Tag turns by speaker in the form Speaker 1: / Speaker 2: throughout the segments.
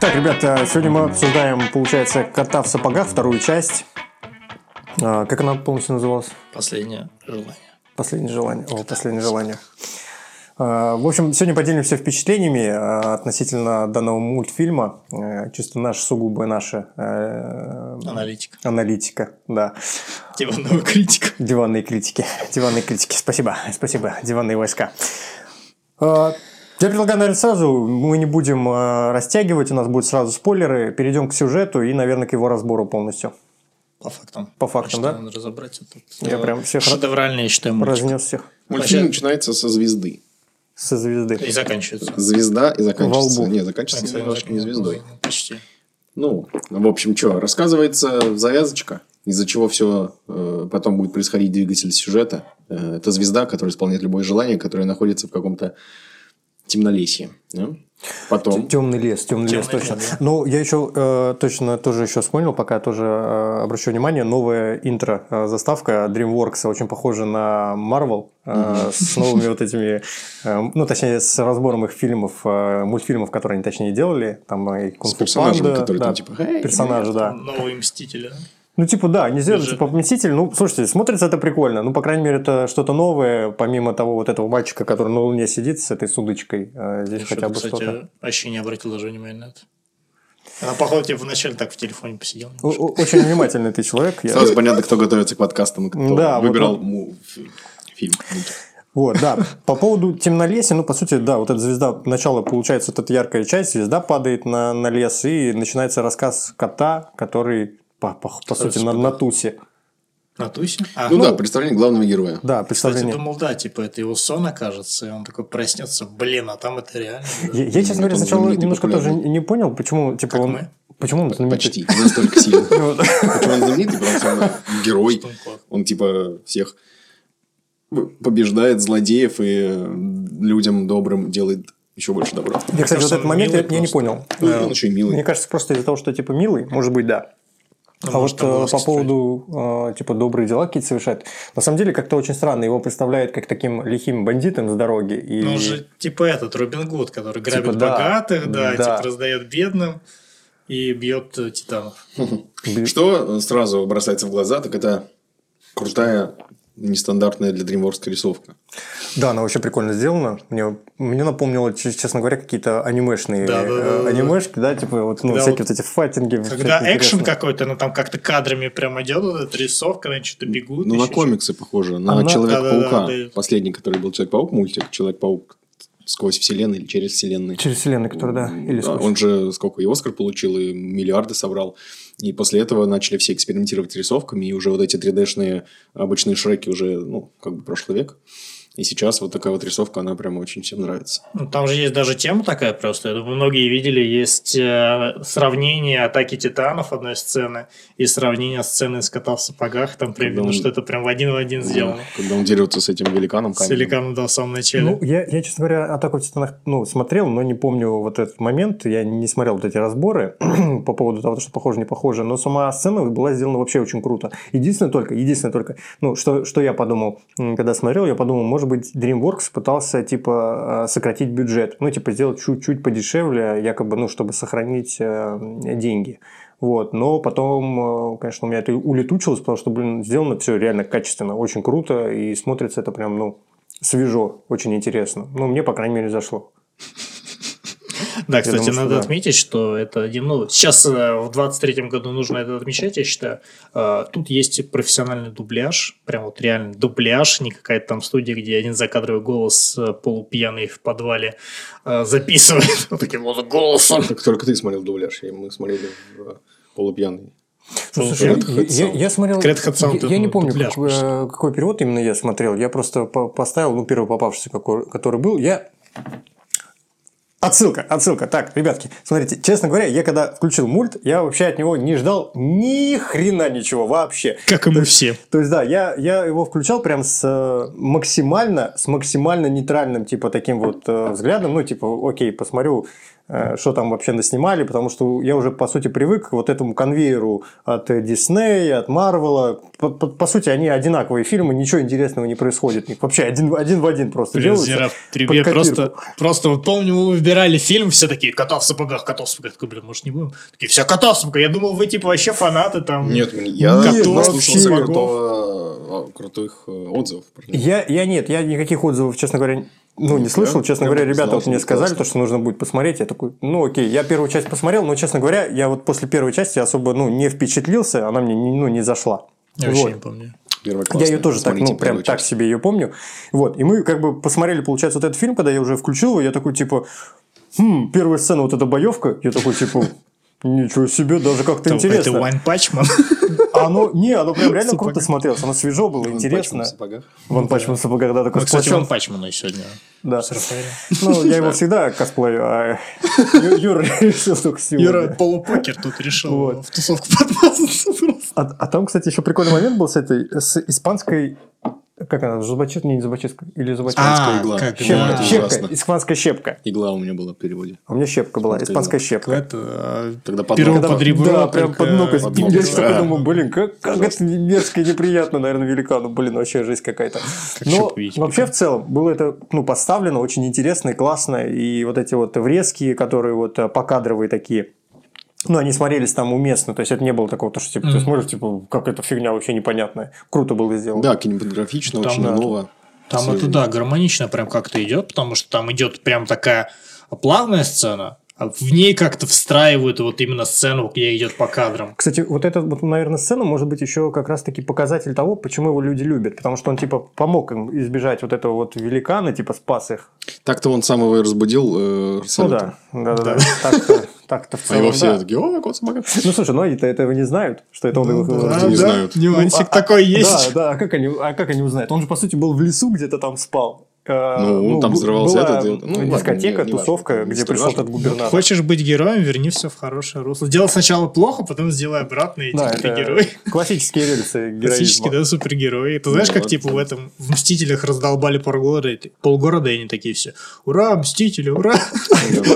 Speaker 1: Так, ребята, сегодня мы обсуждаем, получается, «Кота в сапогах», вторую часть. А, Как она полностью называлась?
Speaker 2: Последнее желание.
Speaker 1: Последнее желание. О, последнее желание. А, В общем, сегодня поделимся впечатлениями а, относительно данного мультфильма. Э, Чисто наш, сугубо наша э,
Speaker 2: Аналитика. Типа
Speaker 1: аналитика, да.
Speaker 2: Диванного критика.
Speaker 1: Диванные критики. Диванные критики. Спасибо. Спасибо. Диванные войска. Э, Я предлагаю, наверное, сразу, мы не будем э, растягивать, у нас будут сразу спойлеры, перейдем к сюжету и, наверное, к его разбору полностью.
Speaker 2: По фактам.
Speaker 1: По фактам,
Speaker 2: Что
Speaker 1: да?
Speaker 2: Надо разобрать этот
Speaker 1: Я
Speaker 2: э,
Speaker 1: прям всех раз-
Speaker 2: шедевральный, я считаю, мультик.
Speaker 1: Разнес всех
Speaker 3: Мультфильм
Speaker 2: Вообще-
Speaker 3: начинается со звезды.
Speaker 1: со
Speaker 2: И
Speaker 1: звезды.
Speaker 2: заканчивается.
Speaker 3: Звезда и заканчивается.
Speaker 1: Во лбу.
Speaker 3: Не, заканчивается
Speaker 2: Кстати,
Speaker 3: немножко не звездой.
Speaker 2: Почти.
Speaker 3: Ну, в общем, что, рассказывается завязочка, из-за чего все потом будет происходить двигатель сюжета. Э, это звезда, которая исполняет любое желание, которое находится в каком-то темнолесье. да? Потом...
Speaker 1: Темный лес, темный лес,
Speaker 2: Тёмный
Speaker 1: точно.
Speaker 2: лес, да.
Speaker 1: Ну, я еще э, точно тоже еще вспомнил, пока тоже э, обращу внимание, новая интро, э, заставка DreamWorks очень похожа на Marvel э, с новыми вот этими, э, ну, точнее, с разбором их фильмов, э, мультфильмов, которые они, точнее, делали, там и
Speaker 3: С
Speaker 1: Кунг-Фу
Speaker 3: персонажем,
Speaker 1: Панда,
Speaker 3: который там
Speaker 1: да,
Speaker 3: типа... «Эй,
Speaker 1: персонажи, да.
Speaker 2: Новые мстители. да?
Speaker 1: Ну, типа, да, не сделали,
Speaker 2: Бюджет.
Speaker 1: типа, «Мститель». Ну, слушайте, смотрится это прикольно. Ну, по крайней мере, это что-то новое, помимо того вот этого мальчика, который на Луне сидит с этой судочкой. э, Здесь
Speaker 2: Я
Speaker 1: хотя бы
Speaker 2: что-то,
Speaker 1: что-то.
Speaker 2: кстати, вообще не обратил даже внимания на это. Она, походу, тебе вначале так в телефоне посидела.
Speaker 1: О- о- Очень внимательный ты человек. я-
Speaker 3: Сразу понятно, кто готовится к подкастам, и кто
Speaker 1: Да, вот
Speaker 3: выбирал
Speaker 1: он.
Speaker 3: му- фи- фильм. мультик.
Speaker 1: Вот, да. По поводу темнолесия, ну, по сути, да, вот эта звезда, начало получается вот эта яркая часть, звезда падает на, на лес, и начинается рассказ кота, который, по, по- по сути, на, на тусе.
Speaker 2: На тусе? А,
Speaker 3: Ну да, представление главного героя.
Speaker 1: Да,
Speaker 2: Кстати,
Speaker 1: представление.
Speaker 2: думал, да, типа, это его сон окажется, и он такой проснется, блин, а там это реально. да».
Speaker 1: Я, я, честно говоря,
Speaker 3: он
Speaker 1: сначала
Speaker 3: знаменитый,
Speaker 1: немножко тоже
Speaker 3: популярный.
Speaker 1: не не понял, почему, типа, он...
Speaker 2: мы.
Speaker 1: Почему он знаменитый?
Speaker 3: Почти. Не настолько сильно.
Speaker 1: Вот.
Speaker 3: Почему он знаменитый? Потому что он герой.
Speaker 2: Что он классный.
Speaker 3: Он типа всех побеждает злодеев и э, людям добрым делает еще больше добра.
Speaker 1: Я, кстати, вот
Speaker 2: кажется,
Speaker 1: этот
Speaker 2: он
Speaker 1: момент я,
Speaker 2: милый
Speaker 1: я не
Speaker 2: просто.
Speaker 1: понял.
Speaker 3: Ну, и
Speaker 1: Э,
Speaker 3: он еще и милый.
Speaker 1: Мне кажется, просто из-за того, что типа милый, может быть, да.
Speaker 2: Ну,
Speaker 1: а
Speaker 2: может,
Speaker 1: вот
Speaker 2: там
Speaker 1: э,
Speaker 2: было
Speaker 1: по
Speaker 2: скидка.
Speaker 1: поводу э, типа добрые дела какие-то совершает. На самом деле как-то очень странно его представляют как таким лихим бандитом с дороги. И...
Speaker 2: Ну, он же типа этот Робин Гуд, который грабит
Speaker 1: Типа, да.
Speaker 2: богатых, да,
Speaker 1: Да.
Speaker 2: типа раздает бедным и бьет э, титанов.
Speaker 1: Блин.
Speaker 3: Что сразу бросается в глаза, так это крутая нестандартная для DreamWorks рисовка.
Speaker 1: Да, она вообще прикольно сделана. Мне, мне напомнило, ч- честно говоря, какие-то анимешные
Speaker 2: Да, да, да,
Speaker 1: э,
Speaker 2: да, да.
Speaker 1: анимешки, да, типа вот ну,
Speaker 2: Когда
Speaker 1: всякие
Speaker 2: вот-
Speaker 1: вот эти файтинги.
Speaker 2: Когда
Speaker 1: всякие
Speaker 2: экшен
Speaker 1: интересные.
Speaker 2: какой-то, ну там как-то кадрами прям идет, вот эта рисовка, они что-то бегут.
Speaker 3: Ну,
Speaker 2: еще
Speaker 3: на комиксы похоже, на
Speaker 1: Она-
Speaker 3: Человека-паука.
Speaker 2: Да-да-да, да.
Speaker 3: Последний, который был Человек-паук, мультик. Человек-паук сквозь вселенную или через вселенную.
Speaker 1: Через вселенную, который, да, или
Speaker 3: Да,
Speaker 1: сквозь.
Speaker 3: он же сколько и Оскар получил, и миллиарды собрал. И после этого начали все экспериментировать с рисовками, и уже вот эти 3D-шные обычные шреки уже, ну, как бы прошлый век. И сейчас вот такая вот рисовка, она прям очень всем нравится.
Speaker 2: Ну, там же есть даже тема такая просто. Я думаю, многие видели, есть э, сравнение атаки титанов одной сцены и сравнение сцены с кота в сапогах. Там прям
Speaker 3: Когда
Speaker 2: видно,
Speaker 3: он-
Speaker 2: что это прям в один в один сделано.
Speaker 3: Да, Ну, Когда он дерется с этим великаном
Speaker 2: С
Speaker 3: каменным.
Speaker 2: великаном да, в самом начале.
Speaker 1: Ну, я, я, честно говоря, «Атаку титанов» ну, смотрел, но не помню вот этот момент. Я не смотрел вот эти разборы по поводу того, что похоже, не похоже. Но сама сцена была сделана вообще очень круто. Единственное только, единственное только, ну, что, что я подумал, м, когда смотрел, я подумал, может быть, DreamWorks пытался, типа, э, сократить бюджет. Ну, типа, сделать чуть-чуть подешевле, якобы, ну, чтобы сохранить э, деньги. Вот, но потом, э, конечно, у меня это улетучилось, потому что, блин, сделано все реально качественно, очень круто, и смотрится это прям, ну, свежо, очень интересно. Ну, мне, по крайней мере, зашло.
Speaker 2: Да, кстати,
Speaker 1: думаю, что
Speaker 2: надо
Speaker 1: да.
Speaker 2: отметить, что это один, ну, сейчас э, в 23-м году нужно это отмечать, я считаю. Э, Тут есть профессиональный дубляж, прям вот реально дубляж, не какая-то там студия, где один закадровый голос э, полупьяный в подвале э, записывает вот таким вот голосом.
Speaker 3: Как только ты смотрел дубляж, и мы смотрели в полупьяный.
Speaker 1: Ну,
Speaker 2: Ну,
Speaker 1: слушай,
Speaker 3: Red Hat
Speaker 1: я, я-
Speaker 3: Sound.
Speaker 1: я смотрел...
Speaker 2: Red Hat Sound,
Speaker 1: я, я не
Speaker 2: ну,
Speaker 1: помню,
Speaker 2: дубляж
Speaker 1: как- э, какой перевод именно я смотрел. Я просто по- поставил, ну, первый попавшийся, какой- который был. Я... Отсылка, отсылка. Так, ребятки, смотрите, честно говоря, я когда включил мульт, я вообще от него не ждал ни хрена ничего вообще.
Speaker 2: Как и мы все.
Speaker 1: То есть, да, я, я его включал прям с э, максимально, с максимально нейтральным, типа, таким вот э, взглядом. Ну, типа, окей, посмотрю, что там вообще наснимали, потому что я уже, по сути, привык к вот этому конвейеру от Диснея, от Марвела. По, по, по сути, они одинаковые фильмы, ничего интересного не происходит. Вообще один, один в один просто
Speaker 2: Блин,
Speaker 1: делаются.
Speaker 2: Зера, при-
Speaker 1: под
Speaker 2: просто, просто вот помню, мы выбирали фильм, все такие, кота в сапогах, кота в сапогах. Такой, блин, может, не будем? Такие, вся кота в сапогах. Я думал, вы, типа, вообще фанаты там.
Speaker 3: Нет, я
Speaker 1: Котов,
Speaker 3: наслушался
Speaker 2: щенков.
Speaker 3: крутого- крутых э, отзывов. про него.
Speaker 1: Я, я нет, я никаких отзывов, честно говоря, ну, не
Speaker 3: Я
Speaker 1: слышал. Честно
Speaker 3: прям
Speaker 1: говоря,
Speaker 3: не
Speaker 1: ребята
Speaker 3: знал,
Speaker 1: вот
Speaker 3: что
Speaker 1: мне
Speaker 3: это
Speaker 1: сказали, то,
Speaker 3: классно.
Speaker 1: что нужно будет посмотреть. Я такой, ну, окей, я первую часть посмотрел, но, честно говоря, я вот после первой части особо, ну, не впечатлился, она мне, не- ну, не зашла.
Speaker 2: Я вообще
Speaker 1: Вот.
Speaker 2: не помню.
Speaker 1: Я ее тоже так, ну, прям так себе ее помню. Вот, и мы как бы посмотрели, получается, вот этот фильм, когда я уже включил его, я такой, типа, «Хм, первая сцена, вот эта боевка, я такой, типа, ничего себе, даже как-то
Speaker 2: Там
Speaker 1: интересно.
Speaker 2: Это Вайн Пачман.
Speaker 1: А оно, не, оно прям реально
Speaker 2: Сапога.
Speaker 1: круто смотрелось, оно свежо было, интересно. Ван Пачман в сапогах, да, такой
Speaker 2: Ну,
Speaker 1: с
Speaker 2: Кстати,
Speaker 1: плащом.
Speaker 2: Ван Пачмана сегодня.
Speaker 1: Да.
Speaker 2: с Рафаэлем.
Speaker 1: Ну, я его всегда косплею, а Ю- Юра решил только сегодня.
Speaker 2: Юра Полупокер тут решил
Speaker 1: Вот.
Speaker 2: в тусовку подмазаться просто.
Speaker 1: А, а там, кстати, еще прикольный момент был с этой, с испанской, как она, зубочистка, не зубочистка, или зубочистка.
Speaker 3: Испанская игла.
Speaker 2: как
Speaker 1: щепка,
Speaker 2: да.
Speaker 3: это
Speaker 1: щепка,
Speaker 3: А, ужасно.
Speaker 1: испанская щепка. А
Speaker 3: Игла у меня была в переводе.
Speaker 1: У меня щепка была, испанская
Speaker 3: Испанская
Speaker 2: Так
Speaker 1: щепка.
Speaker 2: Это а,
Speaker 3: Тогда под
Speaker 2: перо
Speaker 3: ногу.
Speaker 2: под ребро.
Speaker 1: да, прям
Speaker 2: только
Speaker 1: под ногу.
Speaker 3: под
Speaker 1: Я
Speaker 3: ногу,
Speaker 1: сейчас
Speaker 3: да.
Speaker 1: такой думаю, блин, как, как это
Speaker 3: Ужасно.
Speaker 1: мерзко и неприятно, наверное, великану. Блин, вообще жизнь какая-то. Но
Speaker 2: щепку видеть
Speaker 1: вообще в целом было это ну, поставлено очень интересно и классно. И вот эти вот врезки, которые вот э, покадровые такие, ну, они смотрелись там уместно, то есть это не было такого, то, что типа, ты
Speaker 2: Мгм.
Speaker 1: смотришь, типа, как эта фигня вообще непонятная. Круто было сделано.
Speaker 3: Да, кинематографично,
Speaker 2: Там,
Speaker 3: очень
Speaker 1: да.
Speaker 3: ново.
Speaker 2: Там
Speaker 3: Всё.
Speaker 2: это, да, гармонично прям как-то идет, потому что там идет прям такая плавная сцена, а в ней как-то встраивают вот именно сцену, где идет по кадрам.
Speaker 1: Кстати, вот эта, вот, наверное, сцена может быть еще как раз-таки показатель того, почему его люди любят. Потому что он, типа, помог им избежать вот этого вот великана, типа, спас их.
Speaker 3: Так-то он самого и разбудил. э,
Speaker 1: Ну
Speaker 3: салютом.
Speaker 1: да, да-да-да. Так-то, так-то в
Speaker 3: А
Speaker 1: целом,
Speaker 3: его все
Speaker 1: да.
Speaker 3: такие, о, кот собака.
Speaker 1: Ну, слушай, ну они-то этого не знают, что Ну, это он их...
Speaker 3: да, не знают.
Speaker 2: А, Нюансик
Speaker 1: Ну, а-
Speaker 2: такой
Speaker 1: Да,
Speaker 2: есть.
Speaker 1: да, а как, они, а как они узнают? Он же, по сути, был в лесу, где-то там спал. Э,
Speaker 3: Ну, он там
Speaker 1: бу-
Speaker 3: взрывался
Speaker 1: была
Speaker 3: этот, и- ну, ладно,
Speaker 1: дискотека,
Speaker 3: не- не
Speaker 1: тусовка,
Speaker 3: важно, не
Speaker 1: где
Speaker 3: столь
Speaker 1: пришел
Speaker 3: важно. Ну,
Speaker 1: этот губернатор.
Speaker 2: Хочешь быть героем, верни все в хорошее русло. Делай сначала плохо, потом сделай обратно, и
Speaker 1: Да,
Speaker 2: типа ты
Speaker 1: это
Speaker 2: герой.
Speaker 1: классические рельсы
Speaker 2: Классический,
Speaker 1: героизма.
Speaker 2: да, супергерой. Ты знаешь,
Speaker 3: Ну,
Speaker 2: как
Speaker 3: вот
Speaker 2: типа
Speaker 3: да.
Speaker 2: в этом в Мстителях раздолбали полгорода, и ты- полгорода, и они такие все. Ура, Мстители, ура!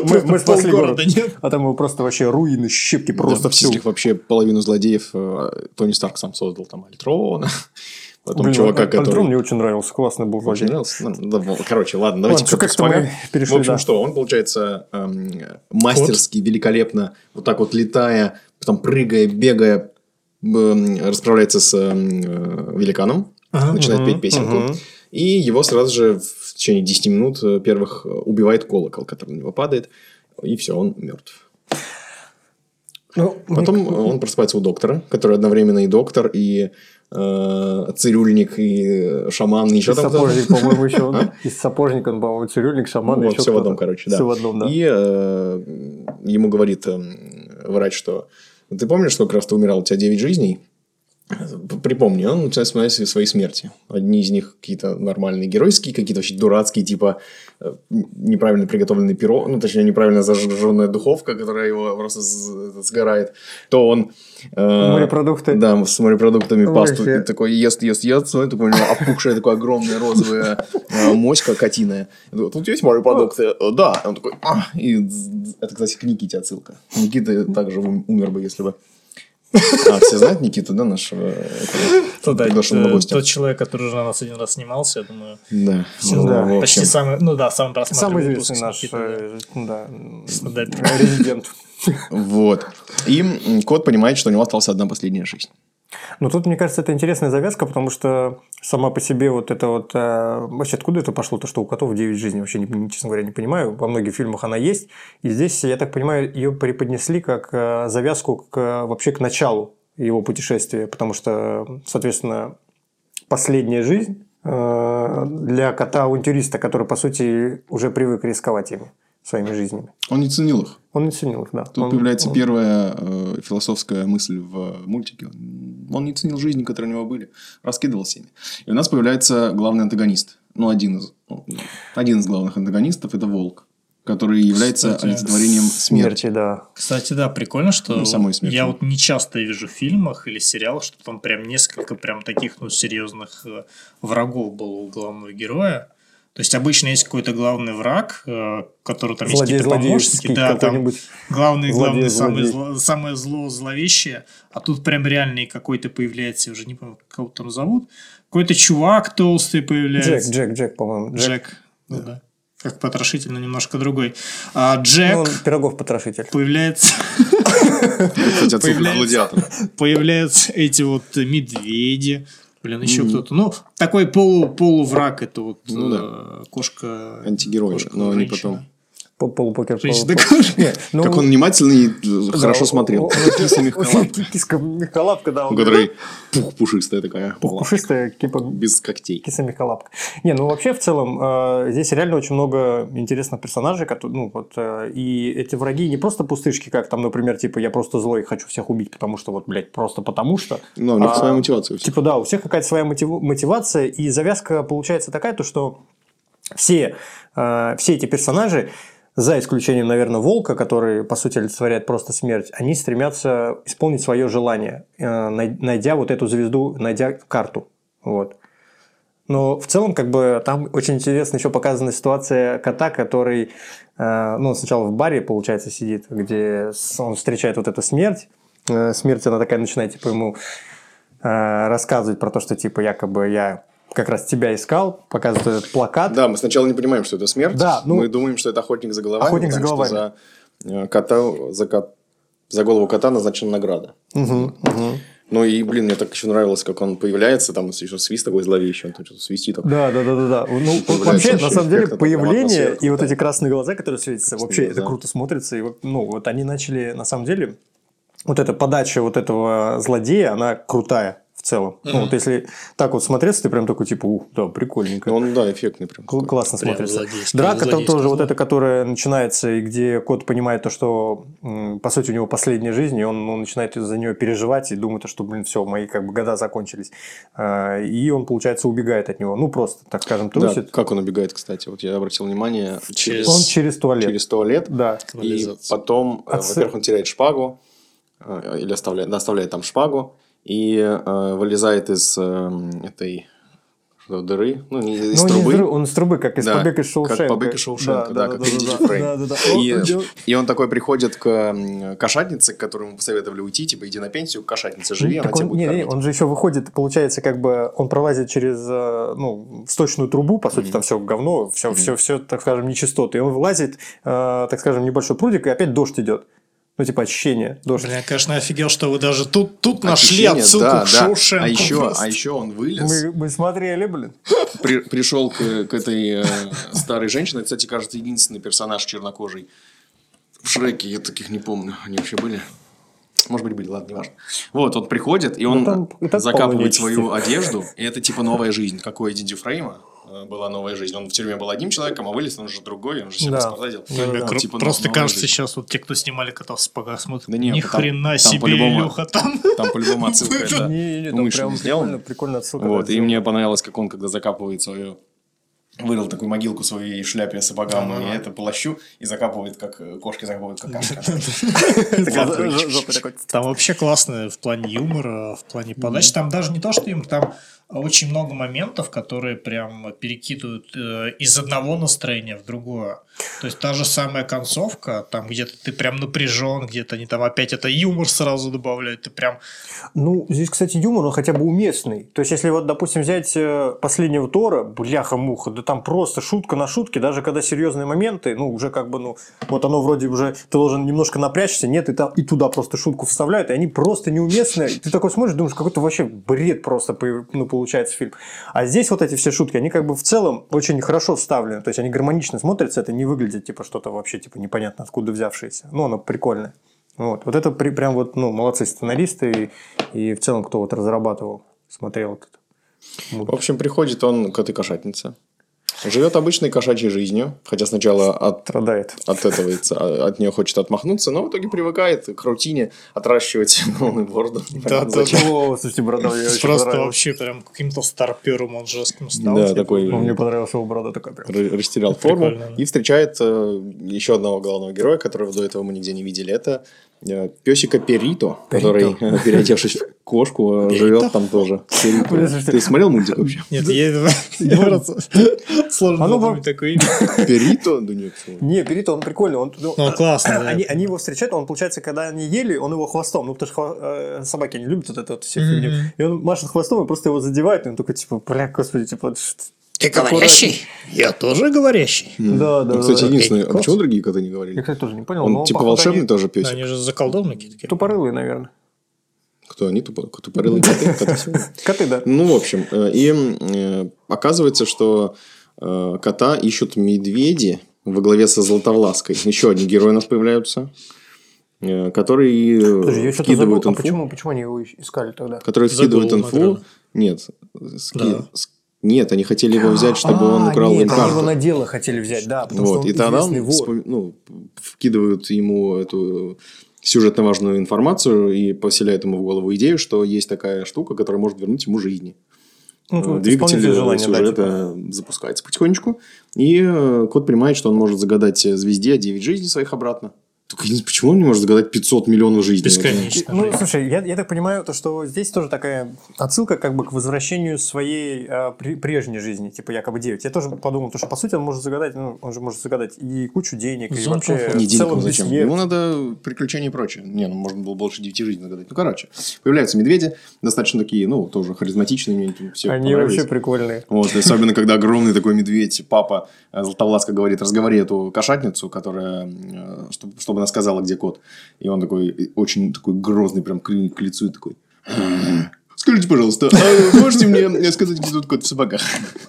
Speaker 1: Мы, мы спасли город.
Speaker 2: Полгорода нет.
Speaker 1: А там его просто вообще руины, щепки, просто
Speaker 3: Да,
Speaker 1: все.
Speaker 3: всех вообще половину злодеев э, Тони Старк сам создал, там, Альтрона. Потом
Speaker 1: Блин,
Speaker 3: чувака,
Speaker 1: Альтрон
Speaker 3: который...
Speaker 1: мне очень нравился, классный был злодей.
Speaker 3: Очень нравился. Ну, да, вот, короче, ладно, давайте
Speaker 1: Ладно, чё, как-то
Speaker 3: посмотрим.
Speaker 1: мы перешли,
Speaker 3: В общем,
Speaker 1: да.
Speaker 3: что, он, получается, эм, мастерски, великолепно, вот так вот летая, потом прыгая, бегая, эм, расправляется с эм, э, великаном,
Speaker 2: Ага,
Speaker 3: начинает
Speaker 1: мгм,
Speaker 3: петь песенку.
Speaker 1: мгм.
Speaker 3: И его сразу же в течение 10 минут э, первых э, убивает колокол, который на него падает. И все, он мертв.
Speaker 1: Ну,
Speaker 3: Потом э, он просыпается у доктора, который одновременно и доктор, и э, цирюльник, и э, шаман, и еще
Speaker 1: Из
Speaker 3: там кто-то.
Speaker 1: сапожник, по-моему, еще он. Из сапожника он, по-моему, цирюльник, шаман,
Speaker 3: Ну,
Speaker 1: еще
Speaker 3: вот всё в
Speaker 1: кто-то.
Speaker 3: одном, короче, да.
Speaker 1: Всё в одном, да.
Speaker 3: И э, ему говорит э, врач, что ты помнишь, сколько раз ты умирал, у тебя 9 жизней? П- Припомни, он начинает вспоминать свои- свои смерти. Одни из них какие-то нормальные геройские, какие-то вообще дурацкие, типа э, неправильно приготовленный пирог, ну, точнее, неправильно зажженная духовка, которая его просто с- сгорает. То он... э,
Speaker 1: Морепродукты.
Speaker 3: Да, с морепродуктами
Speaker 1: Ой,
Speaker 3: пасту.
Speaker 1: вообще.
Speaker 3: И такой ест, ест, ест. Смотри, такой у него опухшая такая огромная розовая э, моська котиная. Я говорю, Тут есть морепродукты? «Э, Да. Он такой... «А». И дз- это, кстати, к Никите отсылка. Никита также ум- умер бы, если бы... А, все знают Никиту, да, нашего э, этого приглашенного
Speaker 2: Э,
Speaker 3: гостя?
Speaker 2: Тот человек, который уже на нас один раз снимался, я думаю,
Speaker 3: Да.
Speaker 2: Все
Speaker 3: Ну,
Speaker 1: знают.
Speaker 3: в общем,
Speaker 2: почти самый, ну да, самый
Speaker 1: Самый
Speaker 2: просматриваемый выпуск
Speaker 1: известный
Speaker 2: с
Speaker 1: наш
Speaker 2: Никитой, да.
Speaker 1: э, да, м,
Speaker 2: Стендапер.
Speaker 1: резидент.
Speaker 3: Вот. И м, кот понимает, что у него осталась одна последняя жизнь.
Speaker 1: Но тут, мне кажется, это интересная завязка, потому что сама по себе вот это вот... э, Вообще, откуда это пошло, то, что у котов 9 жизней? Вообще, не- не- честно говоря, не понимаю. Во многих фильмах она есть. И здесь, я так понимаю, ее преподнесли как э, завязку к, э, вообще к началу его путешествия, потому что, соответственно, последняя жизнь э, для кота-авантюриста, который, по сути, уже привык рисковать ими, своими жизнями.
Speaker 3: Он не ценил их.
Speaker 1: Он не ценил их, да.
Speaker 3: Тут
Speaker 1: Он-
Speaker 3: появляется
Speaker 1: он-
Speaker 3: первая э, философская мысль в мультике. Он не ценил жизни, которые у него были, раскидывался ими. И у нас появляется главный антагонист. Ну, один из, ну, один из главных антагонистов это волк, который является
Speaker 2: Кстати,
Speaker 3: олицетворением смерти.
Speaker 1: смерти, да.
Speaker 2: Кстати, да, прикольно, что
Speaker 3: Ну, самой смерти.
Speaker 2: я вот не часто вижу в фильмах или сериалах, что там прям несколько прям таких, ну, серьезных э, врагов было у главного героя. То есть обычно есть какой-то главный враг, э, который там
Speaker 1: Злодей,
Speaker 2: есть какие-то помощники,
Speaker 1: злодеевский
Speaker 2: да, там
Speaker 1: какой-нибудь.
Speaker 2: главный, главный,
Speaker 1: Злодей,
Speaker 2: самое,
Speaker 1: злодей.
Speaker 2: зло, самое зло зловещее, а тут прям реальный какой-то появляется, я уже не помню, как его там зовут, какой-то чувак толстый
Speaker 1: Джек,
Speaker 2: появляется.
Speaker 1: Джек, Джек, по-моему. Джек.
Speaker 2: Ну да. Как потрошитель, но немножко другой. А Джек
Speaker 1: Ну, он пирогов-потрошитель.
Speaker 2: появляется...
Speaker 3: Кстати, отсылка на
Speaker 2: Появляется.
Speaker 3: гладиатора.
Speaker 2: появляются эти вот медведи, блин, еще кто-то. Ну, такой полу, полувраг, это вот
Speaker 3: Ну
Speaker 2: э, кошка...
Speaker 3: Антигерой,
Speaker 2: кошка,
Speaker 3: но они
Speaker 2: женщина.
Speaker 3: потом.
Speaker 1: По- Полупокер.
Speaker 2: Женщина
Speaker 1: полу-
Speaker 2: кошка.
Speaker 1: Нет, ну,
Speaker 3: Как он внимательно и э,
Speaker 1: да,
Speaker 3: хорошо
Speaker 1: он-
Speaker 3: смотрел.
Speaker 1: он- он-
Speaker 3: Киса Михайловна,
Speaker 1: Киска Михалапка, да.
Speaker 3: У
Speaker 1: он-
Speaker 3: которой пух пушистая такая. была,
Speaker 1: Пушистая, типа
Speaker 3: Без когтей.
Speaker 1: Киса Михалапка. Не, ну вообще в целом э, здесь реально очень много интересных персонажей, которые, ну вот э, и эти враги не просто пустышки, как там, например, типа я просто злой и хочу всех убить, потому что вот, блядь, просто потому что.
Speaker 3: Но у них
Speaker 1: А,
Speaker 3: своя мотивация. у всех.
Speaker 1: Типа да, у всех какая-то своя мотив- мотивация и завязка получается такая, то что все э, все эти персонажи за исключением, наверное, волка, который, по сути, олицетворяет просто смерть, они стремятся исполнить свое желание, э, най- найдя вот эту звезду, найдя карту. Вот. Но в целом, как бы, там очень интересно еще показана ситуация кота, который, э, ну, он сначала в баре, получается, сидит, где с- он встречает вот эту смерть. Э, смерть, она такая начинает, типа, ему э, рассказывать про то, что, типа, якобы я как раз тебя искал, показывает этот плакат.
Speaker 3: Да, мы сначала не понимаем, что это смерть.
Speaker 1: Да, ну-
Speaker 3: мы думаем, что это охотник за головами.
Speaker 1: Охотник за
Speaker 3: потому что За, э, кота, за, кот- за голову кота назначена награда.
Speaker 1: Мгм, мгм.
Speaker 3: Ну и, блин, мне так еще нравилось, как он появляется, там еще свист такой зловещий, он тут что-то свистит. такой.
Speaker 1: Да, да, да, да, да. Ну,
Speaker 3: Что-то
Speaker 1: вот
Speaker 3: появляется
Speaker 1: вообще, на
Speaker 3: вообще
Speaker 1: самом деле,
Speaker 3: эффект этого
Speaker 1: появление
Speaker 3: атмосферы,
Speaker 1: и вот
Speaker 3: да.
Speaker 1: эти красные глаза, которые светятся,
Speaker 3: Красные
Speaker 1: вообще это
Speaker 3: глаза.
Speaker 1: круто смотрится. И вот, ну, вот они начали, на самом деле, вот эта подача вот этого злодея, она крутая в целом. Ну,
Speaker 2: Мгм.
Speaker 1: вот если так вот смотреться, ты прям такой, типа, ух, да, прикольненько.
Speaker 3: Ну, он, да, эффектный прям.
Speaker 1: Кл-
Speaker 3: такой.
Speaker 1: классно
Speaker 2: Прям
Speaker 1: смотрится.
Speaker 2: злодейский,
Speaker 1: Драка там
Speaker 2: злодейский
Speaker 1: тоже вот
Speaker 2: зло.
Speaker 1: эта, которая начинается, и где кот понимает то, что, м, по сути, у него последняя жизнь, и он, ну, начинает за нее переживать и думает, что, блин, все, мои как бы года закончились. А, И он, получается, убегает от него. Ну, просто, так скажем,
Speaker 3: Да,
Speaker 1: трусит.
Speaker 3: как он убегает, кстати. Вот я обратил внимание.
Speaker 2: Через-
Speaker 1: Он через туалет.
Speaker 3: через туалет.
Speaker 1: Да.
Speaker 3: И
Speaker 2: Канализация.
Speaker 3: потом, э,
Speaker 1: Отцы-
Speaker 3: во-первых, он теряет шпагу. э, Или оставляет, да, оставляет там шпагу. И э, вылезает из э, этой что, дыры. Ну, не из
Speaker 1: Ну, не
Speaker 3: трубы.
Speaker 1: из тру- он из трубы, как из
Speaker 3: Да,
Speaker 1: побега из Шоушенка.
Speaker 3: Как побег из Шоушенка, да, как Эдди Диффрейн.
Speaker 1: да, да, да.
Speaker 3: И,
Speaker 1: Он делает-
Speaker 3: и он такой приходит к м, кошатнице, к которой ему посоветовали уйти, типа, иди на пенсию, к кошатнице живи,
Speaker 1: Ну,
Speaker 3: она
Speaker 1: так
Speaker 3: тебя
Speaker 1: он,
Speaker 3: будет
Speaker 1: не, не,
Speaker 3: кормить.
Speaker 1: он же еще выходит, получается, как бы он пролазит через э, ну, сточную трубу, по сути,
Speaker 3: Мгм.
Speaker 1: там все говно, все,
Speaker 3: Мгм.
Speaker 1: все, все, так скажем, нечистоты. И он вылазит, э, так скажем, небольшой прудик, и опять дождь идет. Ну, типа ощущение дождь.
Speaker 2: Блин, я, конечно, офигел, что вы даже тут, тут нашли
Speaker 3: Ощущение,
Speaker 2: отсылку
Speaker 3: да,
Speaker 2: к
Speaker 3: да.
Speaker 2: Шоушенку.
Speaker 3: А еще,
Speaker 2: просто.
Speaker 3: а еще он вылез,
Speaker 1: Мы, мы смотрели, блин.
Speaker 3: при- пришел к, к этой э, старой женщине. Кстати, кажется, единственный персонаж чернокожий в Шреке. Я таких не помню. Они вообще были? Может быть, были, ладно, неважно. Вот, он приходит, и он
Speaker 1: Ну, там и так полно
Speaker 3: закапывает
Speaker 1: нечисти.
Speaker 3: свою одежду. И это типа новая жизнь. Как у Эдди Фрейма была новая жизнь. Он в тюрьме был одним человеком, а вылез он уже другой, он же себя
Speaker 1: Да.
Speaker 3: распортадил.
Speaker 1: Да, да,
Speaker 2: Бля,
Speaker 1: да.
Speaker 2: кру-
Speaker 3: Типа,
Speaker 2: просто
Speaker 3: новая
Speaker 2: кажется,
Speaker 3: жизнь.
Speaker 2: сейчас вот те, кто снимали кота в сапогах, смотрят,
Speaker 3: Да не,
Speaker 2: ни
Speaker 3: там-
Speaker 2: хрена
Speaker 3: там
Speaker 2: себе,
Speaker 3: по-любому-
Speaker 2: Илюха, там...
Speaker 3: Там по-любому отсылка. да.
Speaker 1: Не, не, Ну, не, там
Speaker 3: умышленно
Speaker 1: прям
Speaker 3: сделано.
Speaker 1: прикольно, прикольно отсылка.
Speaker 3: Вот,
Speaker 1: да,
Speaker 3: и мне понравилось, как он, когда закапывает свою... Вырыл такую могилку своей шляпе сапогам, и это полощу, и закапывает, как э, кошки закапывают какашка.
Speaker 1: сделано. Ж- ж- жопа такой.
Speaker 2: Там вообще классно в плане юмора, в плане подачи. Там даже не то, что им там очень много моментов, которые прям перекидывают э, из одного настроения в другое. То есть та же самая концовка, там где-то ты прям напряжен, где-то они там опять это юмор сразу добавляют, ты прям
Speaker 1: Ну, здесь, кстати, юмор, он хотя бы уместный. То есть, если вот, допустим, взять э, последнего Тора, бляха-муха, да там просто шутка на шутке, даже когда серьезные моменты, ну, уже как бы, ну, вот оно вроде уже, ты должен немножко напрячься, нет, и, там, и туда просто шутку вставляют, и они просто неуместные. Ты такой смотришь, думаешь, какой-то вообще бред просто, появ- ну, получается фильм. А здесь вот эти все шутки, они как бы в целом очень хорошо вставлены, то есть, они гармонично смотрятся, это не выглядит, типа, что-то вообще, типа, непонятно откуда взявшееся. Ну, оно прикольное. Вот, вот это при- прям вот, ну, молодцы сценаристы и, и в целом, кто вот разрабатывал, смотрел вот это.
Speaker 3: В общем, приходит он к этой кошатнице. Живет обычной кошачьей жизнью, хотя сначала от
Speaker 1: Страдает.
Speaker 3: от этого яйца, а- от нее хочет отмахнуться, но в итоге привыкает к рутине отращивать новый бороду. Непонятно
Speaker 2: да,
Speaker 3: зачем.
Speaker 1: О, слушайте, борода, мне очень
Speaker 2: ну, просто
Speaker 1: понравилось.
Speaker 2: вообще прям каким-то старпером он жестким стал.
Speaker 3: Да,
Speaker 2: типа.
Speaker 3: такой
Speaker 1: Ну, мне понравилась его борода такая прям.
Speaker 3: Р- растерял форму
Speaker 2: Прикольно, да.
Speaker 3: и встречает э, еще одного главного героя, которого до этого мы нигде не видели. Это песика Перито, который, э, переодевшись в кошку а живет там тоже.
Speaker 1: Бля, слушайте.
Speaker 3: Ты смотрел мультик вообще?
Speaker 2: Нет,
Speaker 3: Ну,
Speaker 2: я
Speaker 1: Да.
Speaker 2: я просто сложно
Speaker 1: А ну,
Speaker 2: запомнить такое имя.
Speaker 3: Перито? Да нет. всё.
Speaker 1: Не, Перито, он прикольный. Он, ну,
Speaker 2: Ну, он классный, да.
Speaker 1: они, они его встречают, он, получается, когда они ели, он его хвостом, ну, потому что хва- э, собаки не любят вот это вот все
Speaker 2: Мгм.
Speaker 1: фигню. И он машет хвостом и просто его задевает, и он такой, типа, бля, господи, типа...
Speaker 2: Ты говорящий? Я тоже говорящий.
Speaker 1: Да, да,
Speaker 3: Ну, Кстати,
Speaker 1: да.
Speaker 3: единственное, а
Speaker 2: Класс.
Speaker 3: почему другие коты не
Speaker 1: Я,
Speaker 3: говорили?
Speaker 1: кстати, тоже не понял.
Speaker 3: Он
Speaker 1: но
Speaker 3: типа
Speaker 1: походу,
Speaker 3: волшебный
Speaker 1: они
Speaker 3: тоже
Speaker 2: Да,
Speaker 3: песик.
Speaker 2: Они же заколдованы какие-то.
Speaker 1: Тупорылые, наверное.
Speaker 3: Кто они? Тупо- Тупорылые коты? Коты всё.
Speaker 1: Коты, да.
Speaker 3: Ну, в общем, э, и э, оказывается, что э, кота ищут медведи во главе со Златовлаской. Еще одни герои у нас появляются, э, которые э,
Speaker 1: Подожди, я что-то забыл.
Speaker 3: вкидывают
Speaker 1: А
Speaker 3: инфу.
Speaker 1: почему, почему они его ищ- искали тогда?
Speaker 3: Которые вкидывают
Speaker 2: Забыл,
Speaker 3: инфу.
Speaker 2: наверное.
Speaker 3: Нет. с-
Speaker 2: Да.
Speaker 3: с- Нет, они хотели его взять, чтобы он
Speaker 1: А,
Speaker 3: украл
Speaker 1: нет,
Speaker 3: им
Speaker 1: они его
Speaker 3: карту.
Speaker 1: на дело хотели взять, да, потому что
Speaker 3: Вот,
Speaker 1: он
Speaker 3: и тогда
Speaker 1: известный
Speaker 3: он
Speaker 1: вор.
Speaker 3: вспом- ну, вкидывают ему эту сюжетно важную информацию и поселяют ему в голову идею, что есть такая штука, которая может вернуть ему жизни.
Speaker 1: Ну,
Speaker 3: Э,
Speaker 1: тут
Speaker 3: Двигатель
Speaker 1: исполнитель
Speaker 3: э,
Speaker 1: желания, да, типа.
Speaker 3: сюжета запускается потихонечку. И э, кот понимает, что он может загадать э, звезде 9 жизней своих обратно. Только я не- почему он не может загадать 500 миллионов жизней?
Speaker 1: И-
Speaker 2: Бесконечно.
Speaker 1: Ну, слушай, я, я так понимаю, то, что здесь тоже такая отсылка как бы к возвращению своей а, при- прежней жизни, типа якобы 9. Я тоже подумал, то, что по сути он может загадать, ну, он же может загадать и кучу денег, и
Speaker 2: Зон
Speaker 1: вообще
Speaker 2: комфорта.
Speaker 3: Не
Speaker 1: в
Speaker 3: денег
Speaker 1: целом
Speaker 3: ему зачем?
Speaker 1: бессмертие.
Speaker 3: Ему надо приключения и прочее. Не, ну можно было больше 9 жизней загадать. Ну, короче. Появляются медведи, достаточно такие, ну, тоже харизматичные. Мне они все
Speaker 1: Они
Speaker 3: понравились.
Speaker 1: вообще прикольные.
Speaker 3: Вот, и особенно, когда огромный такой медведь, папа э, Златовласка говорит, разговори эту кошатницу, которая, э, чтоб- чтобы она сказала, где кот. И он такой, э, очень такой грозный, прям к, к лицу и такой... «Хм, Скажите, пожалуйста, а вы можете мне сказать, где тут кот в сапогах?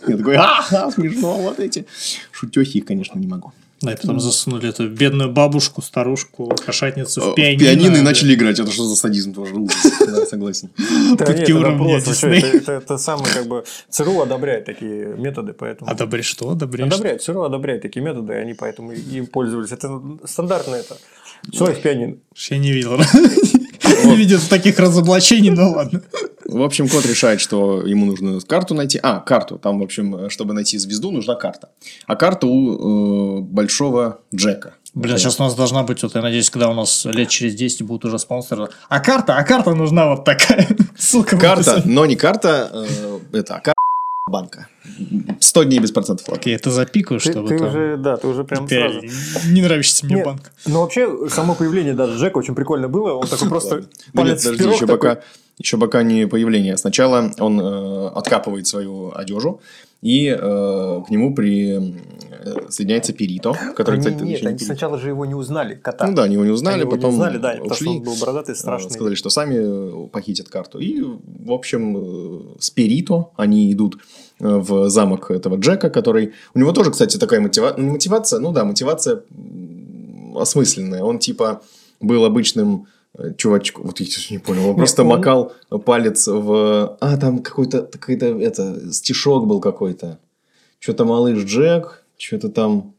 Speaker 3: Я такой, ага, смешно, вот эти. Шутехи, их, конечно, не могу.
Speaker 2: Да, и потом засунули эту бедную бабушку, старушку, кошатницу в
Speaker 3: В
Speaker 2: Э, пианино.
Speaker 3: Пианино и
Speaker 2: Да.
Speaker 3: начали играть. Это что за садизм тоже? Ужас. Да, согласен.
Speaker 1: Да
Speaker 2: Тут
Speaker 1: нет,
Speaker 2: те
Speaker 1: это
Speaker 2: уровни
Speaker 1: просто, вы чё,
Speaker 2: Дисней.
Speaker 1: это, это- это самый как бы ЦРУ одобряет такие методы, поэтому.
Speaker 2: Одобри А что? Одобри что?
Speaker 1: Одобряет, ЦРУ одобряет такие методы, и они поэтому и- им пользовались. Это стандартно это. Своих пианино.
Speaker 2: Я не видел. Не видел таких разоблачений, но ладно.
Speaker 3: В общем, кот решает, что ему нужно карту найти. А, карту. Там, в общем, чтобы найти звезду, нужна карта. А карта у э, большого Джека.
Speaker 2: Блин, сейчас у нас должна быть, вот я надеюсь, когда у нас лет через 10 будут уже спонсоры. А карта, а карта нужна вот такая. Ссылка в
Speaker 3: Карта,
Speaker 2: описании.
Speaker 3: но не карта, э, это, а карта банка. 100 дней без процентов. ладно.
Speaker 2: Окей, это запикаю,
Speaker 1: Ты,
Speaker 2: чтобы
Speaker 1: ты
Speaker 2: там...
Speaker 1: уже, да, ты уже прям
Speaker 2: Ты
Speaker 1: сразу.
Speaker 2: Не нравишься мне
Speaker 1: Нет,
Speaker 2: банк.
Speaker 1: Ну, вообще, само появление даже Джека очень прикольно было. Он такой просто
Speaker 3: Ладно. Да нет,
Speaker 1: палец
Speaker 3: подожди,
Speaker 1: вперед
Speaker 3: еще
Speaker 1: такой.
Speaker 3: пока, еще пока не появление. Сначала он э, откапывает свою одежу, и э, к нему при... э, соединяется Перито, который, кстати,
Speaker 1: Нет,
Speaker 3: еще не
Speaker 1: они
Speaker 3: Перито.
Speaker 1: сначала же его не узнали, кота.
Speaker 3: Ну да, они его не узнали,
Speaker 1: Они его не
Speaker 3: потом
Speaker 1: узнали, да, потому
Speaker 3: ушли.
Speaker 1: что он был бородатый, страшный.
Speaker 3: Э, Сказали, что сами э, похитят карту. И, в общем, э, с Перито они идут э, в замок этого Джека, который... У него тоже, кстати, такая мотива- не мотивация, ну да, мотивация м, осмысленная. Он типа был обычным э, чувачком, вот я сейчас не понял, он просто
Speaker 1: он-
Speaker 3: макал палец в... А, там какой-то, какой-то, это, стишок был какой-то. Что-то малыш Джек, что-то там...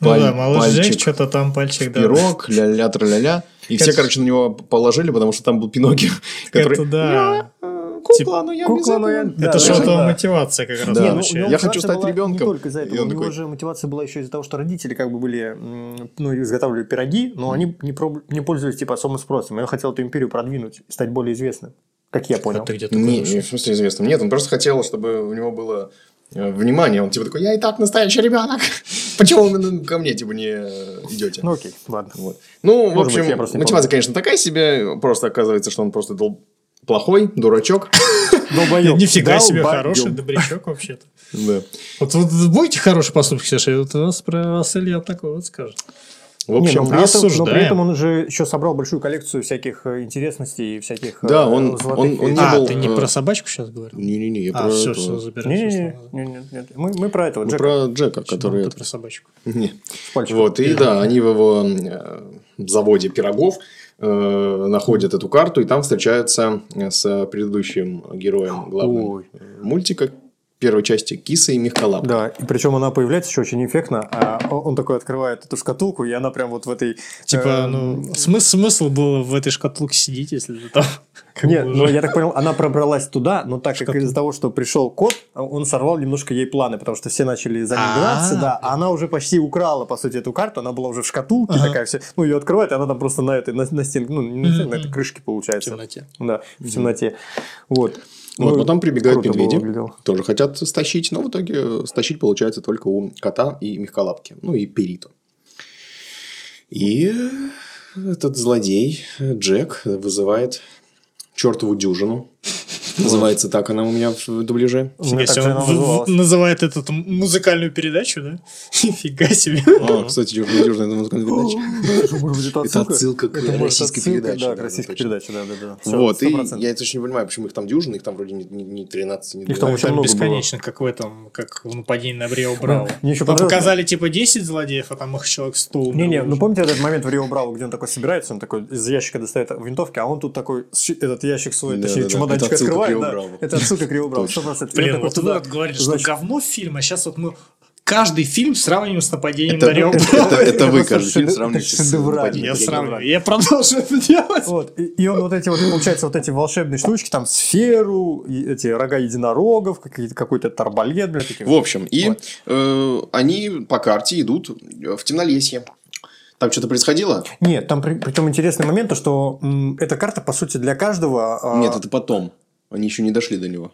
Speaker 2: Ну
Speaker 3: паль-
Speaker 2: да, малыш
Speaker 3: пальчик
Speaker 2: Джек, что-то там пальчик, да.
Speaker 3: пирог, ля-ля, тра-ля-ля. И
Speaker 2: Это
Speaker 3: все,
Speaker 2: ж-
Speaker 3: короче, на него положили, потому что там был Пиноккио,
Speaker 2: Это
Speaker 3: который...
Speaker 2: да.
Speaker 3: «Я, э,
Speaker 2: Типа,
Speaker 3: Кукла, ну я без
Speaker 1: кукла, но я-
Speaker 3: этого».
Speaker 1: Да,
Speaker 2: Это
Speaker 1: да,
Speaker 2: что-то
Speaker 1: да.
Speaker 2: мотивация как раз.
Speaker 3: Да.
Speaker 1: Не, ну,
Speaker 2: вообще. А
Speaker 1: у него
Speaker 3: Я хочу
Speaker 1: мотивация
Speaker 3: стать
Speaker 1: была
Speaker 3: ребенком.
Speaker 1: Не только из-за
Speaker 3: И
Speaker 1: этого.
Speaker 3: он
Speaker 1: У него
Speaker 3: такой-
Speaker 1: же мотивация была еще из-за того, что родители как бы были, м, ну, изготавливали пироги, но они не, проб- не пользовались типа особым спросом. И он хотел эту империю продвинуть, стать более известным, как я понял.
Speaker 2: А ты где такой
Speaker 3: Не,
Speaker 2: нашел?
Speaker 3: не, в смысле известным. Нет, он просто хотел, чтобы у него было э, внимание. Он типа такой, я и так настоящий ребенок. Почему вы ну, ко мне типа не э, идете?
Speaker 1: Ну окей, ладно.
Speaker 3: Вот. Ну, в
Speaker 1: Может
Speaker 3: общем,
Speaker 1: быть, я просто не
Speaker 3: мотивация,
Speaker 1: помню.
Speaker 3: конечно, такая себе. Просто оказывается, что он просто дол- плохой, дурачок.
Speaker 1: Долбоёб.
Speaker 2: Нифига себе,
Speaker 1: Долбоёб.
Speaker 2: хороший добрячок вообще-то.
Speaker 3: Да.
Speaker 2: Вот, вот будете хорошие поступки, Саша, и вот вас про вас Илья такое вот скажет.
Speaker 3: В
Speaker 1: Не,
Speaker 3: общем,
Speaker 1: но, при этом, но при
Speaker 2: осуждаем.
Speaker 1: этом он же еще собрал большую коллекцию всяких э, интересностей и всяких э,
Speaker 3: Да, он-
Speaker 1: золотых
Speaker 3: он- он
Speaker 1: вещей.
Speaker 3: не
Speaker 2: а,
Speaker 3: был,
Speaker 2: ты не
Speaker 3: э,
Speaker 2: про собачку сейчас говорил?
Speaker 3: не-не-не, я
Speaker 2: а,
Speaker 3: про
Speaker 2: все,
Speaker 3: этого.
Speaker 2: все, забирай. всё,
Speaker 1: Не-не-не,
Speaker 2: снова.
Speaker 1: не-не, нет. мы, мы про этого
Speaker 3: Ну,
Speaker 1: Джека
Speaker 3: Про Джека,
Speaker 2: Почему
Speaker 3: который...
Speaker 2: ты
Speaker 3: это-
Speaker 2: про собачку.
Speaker 3: Не.
Speaker 1: с пальчиком.
Speaker 3: Вот, и да, они в его э, заводе пирогов э, находят эту карту, и там встречаются с предыдущим э, героем главным
Speaker 1: Ой.
Speaker 3: э, мультика первой части Киса и Мехколап.
Speaker 1: Да, и причем она появляется еще очень эффектно, а он он такой открывает эту шкатулку, и она прям вот в этой...
Speaker 2: Типа,
Speaker 1: э,
Speaker 2: ну, смы- смысл было в этой шкатулке сидеть, если ты там... как
Speaker 1: Нет,
Speaker 2: бы
Speaker 1: ну,
Speaker 2: уже-
Speaker 1: я так понял, она пробралась туда, но так как
Speaker 2: Шкатулка.
Speaker 1: из-за того, что пришел кот, он сорвал немножко ей планы, потому что все начали за ней гнаться,
Speaker 2: А.
Speaker 1: да, а она уже почти украла, по сути, эту карту, она была уже в шкатулке
Speaker 2: Ага.
Speaker 1: такая, все, ну, ее открывает, и она там просто на этой, на, на стенке, ну, не на стенке, на этой
Speaker 2: Мгм.
Speaker 1: крышке,
Speaker 2: в
Speaker 1: получается,
Speaker 2: темноте.
Speaker 1: да, в темноте, вот.
Speaker 3: Вот,
Speaker 1: Ну,
Speaker 3: но там прибегают
Speaker 1: круто было
Speaker 3: медведи,
Speaker 1: выглядело.
Speaker 3: тоже хотят стащить, но в итоге э, стащить получается только у кота и мягколапки, ну и периту. И этот злодей э, Джек вызывает чертову дюжину. Называется так она у меня в дубляже.
Speaker 1: У меня
Speaker 2: Фига
Speaker 1: так
Speaker 2: себе,
Speaker 1: же
Speaker 2: он
Speaker 1: она
Speaker 2: в- в-
Speaker 1: называлась.
Speaker 2: называет эту там музыкальную передачу, да? Нифига себе.
Speaker 3: А, кстати, чертова дюжина это музыкальная передача.
Speaker 1: Это может быть
Speaker 3: Это отсылка к
Speaker 1: Это может
Speaker 3: российской
Speaker 1: отсылка,
Speaker 3: передаче.
Speaker 1: Да, к
Speaker 3: да,
Speaker 1: российской
Speaker 3: точно.
Speaker 1: передаче, да, да, да. Всё,
Speaker 3: Вот, и
Speaker 1: 100%.
Speaker 3: я это очень не понимаю, почему их там дюжина, их там вроде не- не не 13, не
Speaker 1: Их там
Speaker 3: 12.
Speaker 1: очень много было.
Speaker 2: бесконечно, как в этом, как в нападении на Брио Браво.
Speaker 1: мне еще
Speaker 2: Там
Speaker 1: понравилось-
Speaker 2: показали типа 10 злодеев, а там их человек 100 умерло
Speaker 1: Не-не, ну
Speaker 2: уже.
Speaker 1: помните этот момент в Рио Браво, где он такой собирается, он такой из ящика достает винтовки, а он тут такой, щи- этот ящик свой,
Speaker 3: Да,
Speaker 1: точнее,
Speaker 3: да, да.
Speaker 1: чемоданчик
Speaker 3: Это отсылка к
Speaker 1: открывает,
Speaker 3: Рио
Speaker 1: да.
Speaker 3: Браво.
Speaker 1: это отсылка к Рио Браво,
Speaker 3: Точно.
Speaker 1: 100%. И он
Speaker 2: Блин,
Speaker 1: такой
Speaker 2: вот вы
Speaker 1: туда-
Speaker 2: вот говорили,
Speaker 1: значит,
Speaker 2: что говно фильм, а сейчас вот мы каждый фильм сравниваем с нападением
Speaker 3: Это-
Speaker 2: на Рио Браво.
Speaker 3: Это это вы
Speaker 1: просто
Speaker 3: каждый фильм
Speaker 1: шедевр-
Speaker 3: сравниваете
Speaker 1: это
Speaker 3: с
Speaker 1: шедеврально.
Speaker 3: «Нападением».
Speaker 2: Я
Speaker 1: Я не
Speaker 2: сравниваю,
Speaker 1: врал.
Speaker 2: я продолжу это делать.
Speaker 1: Вот, и, и он вот эти вот, получается, вот эти волшебные штучки, там сферу, и эти рога единорогов, какие-то- какой-то тарбалет, блядь, такие.
Speaker 3: В общем, и
Speaker 1: Вот.
Speaker 3: э, они по карте идут э, в темнолесье. Там что-то происходило?
Speaker 1: Нет, там при- причем интересный момент, то, что м, эта карта, по сути, для каждого... а,
Speaker 3: Нет, это потом. Они еще не дошли до него.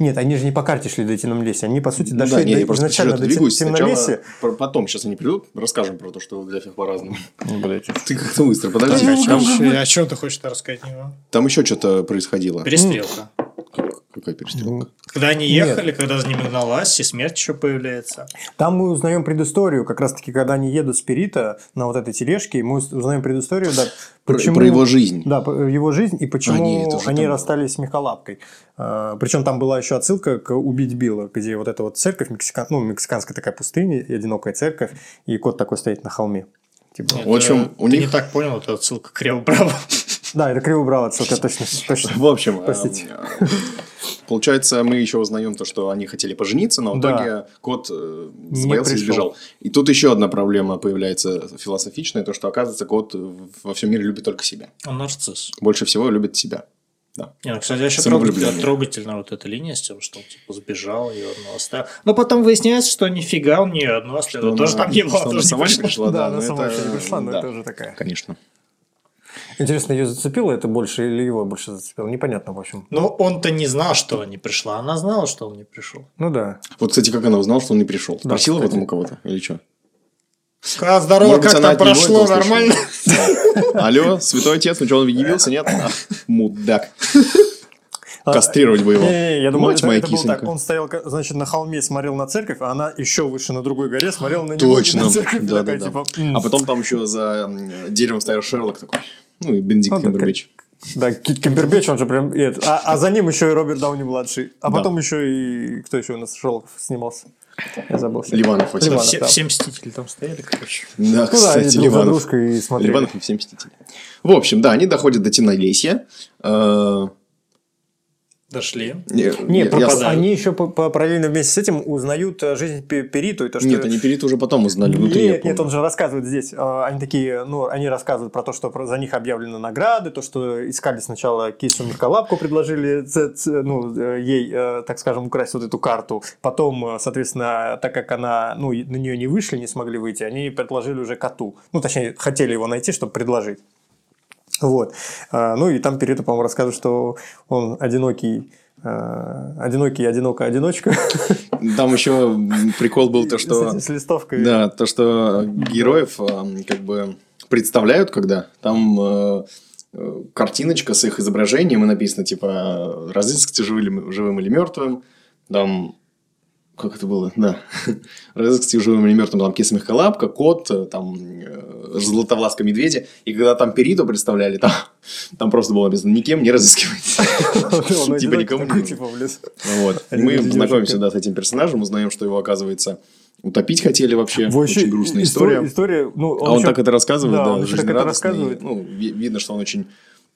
Speaker 1: Нет, они же не по карте шли до темнолесья, они, по сути,
Speaker 3: Ну
Speaker 1: дошли
Speaker 3: да, не,
Speaker 1: до-
Speaker 3: я просто по
Speaker 1: изначально
Speaker 3: сюжету
Speaker 1: до
Speaker 3: двигаюсь. Сначала,
Speaker 1: темнолесья.
Speaker 3: про- потом, сейчас они придут, расскажем про то, что в графиках по-разному.
Speaker 1: Ты
Speaker 3: Ты как-то быстро, подожди.
Speaker 1: а
Speaker 3: Там,
Speaker 2: о чем А ты хочешь рассказать? Него?
Speaker 3: еще что-то происходило.
Speaker 2: Перестрелка.
Speaker 3: Как- Какая перестрелка?
Speaker 2: Когда они
Speaker 1: Нет.
Speaker 2: ехали, когда за ними гналась, и смерть еще появляется.
Speaker 1: Там мы узнаем предысторию, как раз таки, когда они едут с Перита на вот этой тележке, и мы уз- узнаем предысторию, да,
Speaker 3: Про,
Speaker 1: почему...
Speaker 3: про его жизнь.
Speaker 1: Да, по- его жизнь и почему
Speaker 3: А, не, это уже
Speaker 1: они
Speaker 3: там было.
Speaker 1: расстались с Михалапкой. причем там была еще отсылка к «Убить Билла», где вот эта вот церковь, мексика- ну, мексиканская такая пустыня, и одинокая церковь, и кот такой стоит на холме. Типа,
Speaker 2: Нет,
Speaker 3: В общем,
Speaker 2: э,
Speaker 3: у
Speaker 2: ты
Speaker 3: них-
Speaker 2: не так понял, это отсылка к Рио Браво.
Speaker 1: Да, это криво брал отсылка, точно, точно.
Speaker 3: В общем, эм,
Speaker 1: Простите.
Speaker 3: э, получается, мы еще узнаем то, что они хотели пожениться, но в
Speaker 1: Да.
Speaker 3: итоге кот э, забоялся и
Speaker 1: пришел.
Speaker 3: сбежал. И тут еще одна проблема появляется философичная, то, что, оказывается, кот э, во всем мире любит только себя.
Speaker 2: Он нарцисс.
Speaker 3: Больше всего любит себя.
Speaker 2: Не, ну, кстати, вообще трогательно,
Speaker 3: Самовлюбленный.
Speaker 2: трогательно вот эта линия с тем, что он типа сбежал, ее одну оставил. Но потом выясняется, что нифига он не одну оставил.
Speaker 3: Что
Speaker 2: Тоже
Speaker 3: она-
Speaker 2: там не было.
Speaker 3: что она
Speaker 2: тоже не
Speaker 3: сама не
Speaker 2: пришло.
Speaker 3: пришла,
Speaker 1: да,
Speaker 3: да.
Speaker 1: она
Speaker 3: но
Speaker 1: сама
Speaker 3: это-
Speaker 1: еще не пришла, но
Speaker 3: да,
Speaker 1: это уже такая.
Speaker 3: Конечно.
Speaker 1: Интересно, ее зацепило это больше или его больше зацепило? Непонятно, в общем.
Speaker 2: Но он-то не знал, что она не пришла. Она знала, что он не пришел.
Speaker 1: Ну да.
Speaker 3: Вот, кстати, как она узнала, что он не пришел?
Speaker 1: Да,
Speaker 3: Спросила об
Speaker 1: кстати.
Speaker 3: этом у кого-то или что?
Speaker 2: Сказала, здорово,
Speaker 3: Может быть,
Speaker 2: как
Speaker 3: она
Speaker 2: там
Speaker 3: от
Speaker 2: прошло,
Speaker 3: него это услышала.
Speaker 2: нормально?
Speaker 3: Алло, святой отец, ну что, он явился, нет? А, Мудак.
Speaker 1: А,
Speaker 3: Кастрировать бы его.
Speaker 1: Не-не-не, я думал,
Speaker 3: Мать
Speaker 1: это,
Speaker 3: моя
Speaker 1: это было
Speaker 3: кисонька.
Speaker 1: так. Он стоял, ка- значит, на холме смотрел на церковь, а она еще выше на другой горе смотрела на него. и
Speaker 3: Точно.
Speaker 1: на церковь, и
Speaker 3: Да,
Speaker 1: такая,
Speaker 3: да, да.
Speaker 1: типа, «М».
Speaker 3: А потом там еще за м, деревом стоял Шерлок такой. Ну и Бенедикт
Speaker 1: Ну, да,
Speaker 3: Камбербэтч.
Speaker 1: Да, Кит Камбербэтч, он же прям... и это- а, а за ним еще и Роберт Дауни-младший. А
Speaker 3: Да.
Speaker 1: потом еще и... Кто еще у нас? Шелков снимался. Я забыл.
Speaker 3: Ливанов вот
Speaker 1: Ливанов.
Speaker 3: этот.
Speaker 2: Все
Speaker 1: да.
Speaker 2: все мстители там стояли, короче.
Speaker 3: Да,
Speaker 1: Ну да, они
Speaker 3: кстати,
Speaker 1: друг за
Speaker 3: Ливанов.
Speaker 1: дружкой и смотрели.
Speaker 3: Ливанов и все мстители. В общем, да, они доходят до темнолесья. Э,
Speaker 2: Дошли.
Speaker 3: Не,
Speaker 1: Не,
Speaker 3: я-
Speaker 1: пропад-
Speaker 3: я-
Speaker 1: они еще по- по- параллельно вместе с этим узнают э, жизнь Пе- Периту. И то, что...
Speaker 3: Нет, они перед уже потом узнали внутри. я
Speaker 1: Нет, нет,
Speaker 3: помню.
Speaker 1: он же рассказывает здесь. э, Они такие, ну, они рассказывают про то, что про- за них объявлены награды, то, что искали сначала кису Михалапку, предложили ц- ц- ну, э, ей, э, так скажем, украсть вот эту карту. Потом, э, соответственно, так как она, ну, и на нее не вышли, не смогли выйти, они предложили уже коту. Ну, точнее, хотели его найти, чтобы предложить. Вот. А, Ну и там Перита, по-моему, рассказывает, что он одинокий, э, одинокий, одиноко, одиночка.
Speaker 3: Там еще прикол был то, что...
Speaker 1: С с листовкой.
Speaker 3: Да, то, что героев эм, как бы представляют, когда там э, э, картиночка с их изображением и написано, типа, разыскайте живым, живым или мертвым, там, как это было, да, разыскайте живым или мертвым, там, киса мягколапка, кот, э, там, э, златовласка медведя, и когда там периду представляли, там, там просто было написано, никем не разыскивайте.
Speaker 1: Он
Speaker 3: Типа
Speaker 1: одинокий
Speaker 3: никому не
Speaker 1: такой,
Speaker 3: нужен.
Speaker 1: типа, в лес.
Speaker 3: Вот. И
Speaker 1: Один
Speaker 3: мы
Speaker 1: из девушек.
Speaker 3: познакомимся, да, с этим персонажем, узнаем, что его, оказывается, утопить хотели вообще.
Speaker 1: Вообще,
Speaker 3: Очень грустная
Speaker 1: истор-
Speaker 3: история.
Speaker 1: История, ну,
Speaker 3: а он
Speaker 1: еще-
Speaker 3: так это рассказывает,
Speaker 1: да,
Speaker 3: да,
Speaker 1: он еще так это
Speaker 3: жизнерадостный.
Speaker 1: рассказывает.
Speaker 3: Ну, ви- видно, что он очень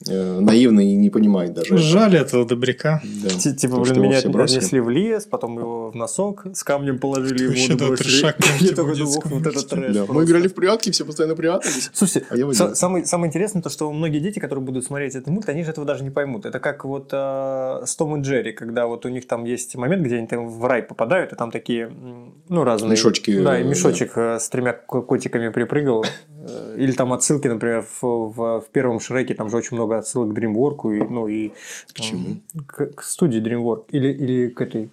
Speaker 3: э, наивный и не понимает даже.
Speaker 2: Жаль этого добряка.
Speaker 3: Да.
Speaker 1: Ти- Типа,
Speaker 3: То, что
Speaker 1: блин,
Speaker 3: его
Speaker 1: меня
Speaker 3: все бросили.
Speaker 1: отнесли в лес, потом его в носок с камнем положили, ему
Speaker 2: Вообще, да,
Speaker 1: отбросили.
Speaker 2: трешак
Speaker 1: Я такой
Speaker 2: будет
Speaker 1: думал,
Speaker 2: с
Speaker 1: «Ох, вот этот
Speaker 3: Да,
Speaker 1: трэш.
Speaker 3: Мы
Speaker 1: просто».
Speaker 3: играли в прятки, все постоянно прятались.
Speaker 1: Слушайте,
Speaker 3: А я в
Speaker 1: са-
Speaker 3: один.
Speaker 1: самое, самое интересное, то, что многие дети, которые будут смотреть этот мульт, они же этого даже не поймут. Это как вот э, с Том и Джерри, когда вот у них там есть момент, где они там в рай попадают, и там такие, м, ну, разные...
Speaker 3: Мешочки,
Speaker 1: Да,
Speaker 3: э,
Speaker 1: и мешочек э, с тремя ко- котиками припрыгал. Э, Или там отсылки, например, в, в- в первом Шреке, там же очень много отсылок к DreamWorks, и, ну, и... К
Speaker 3: чему?
Speaker 1: К, к студии DreamWorks. Или, или к этой...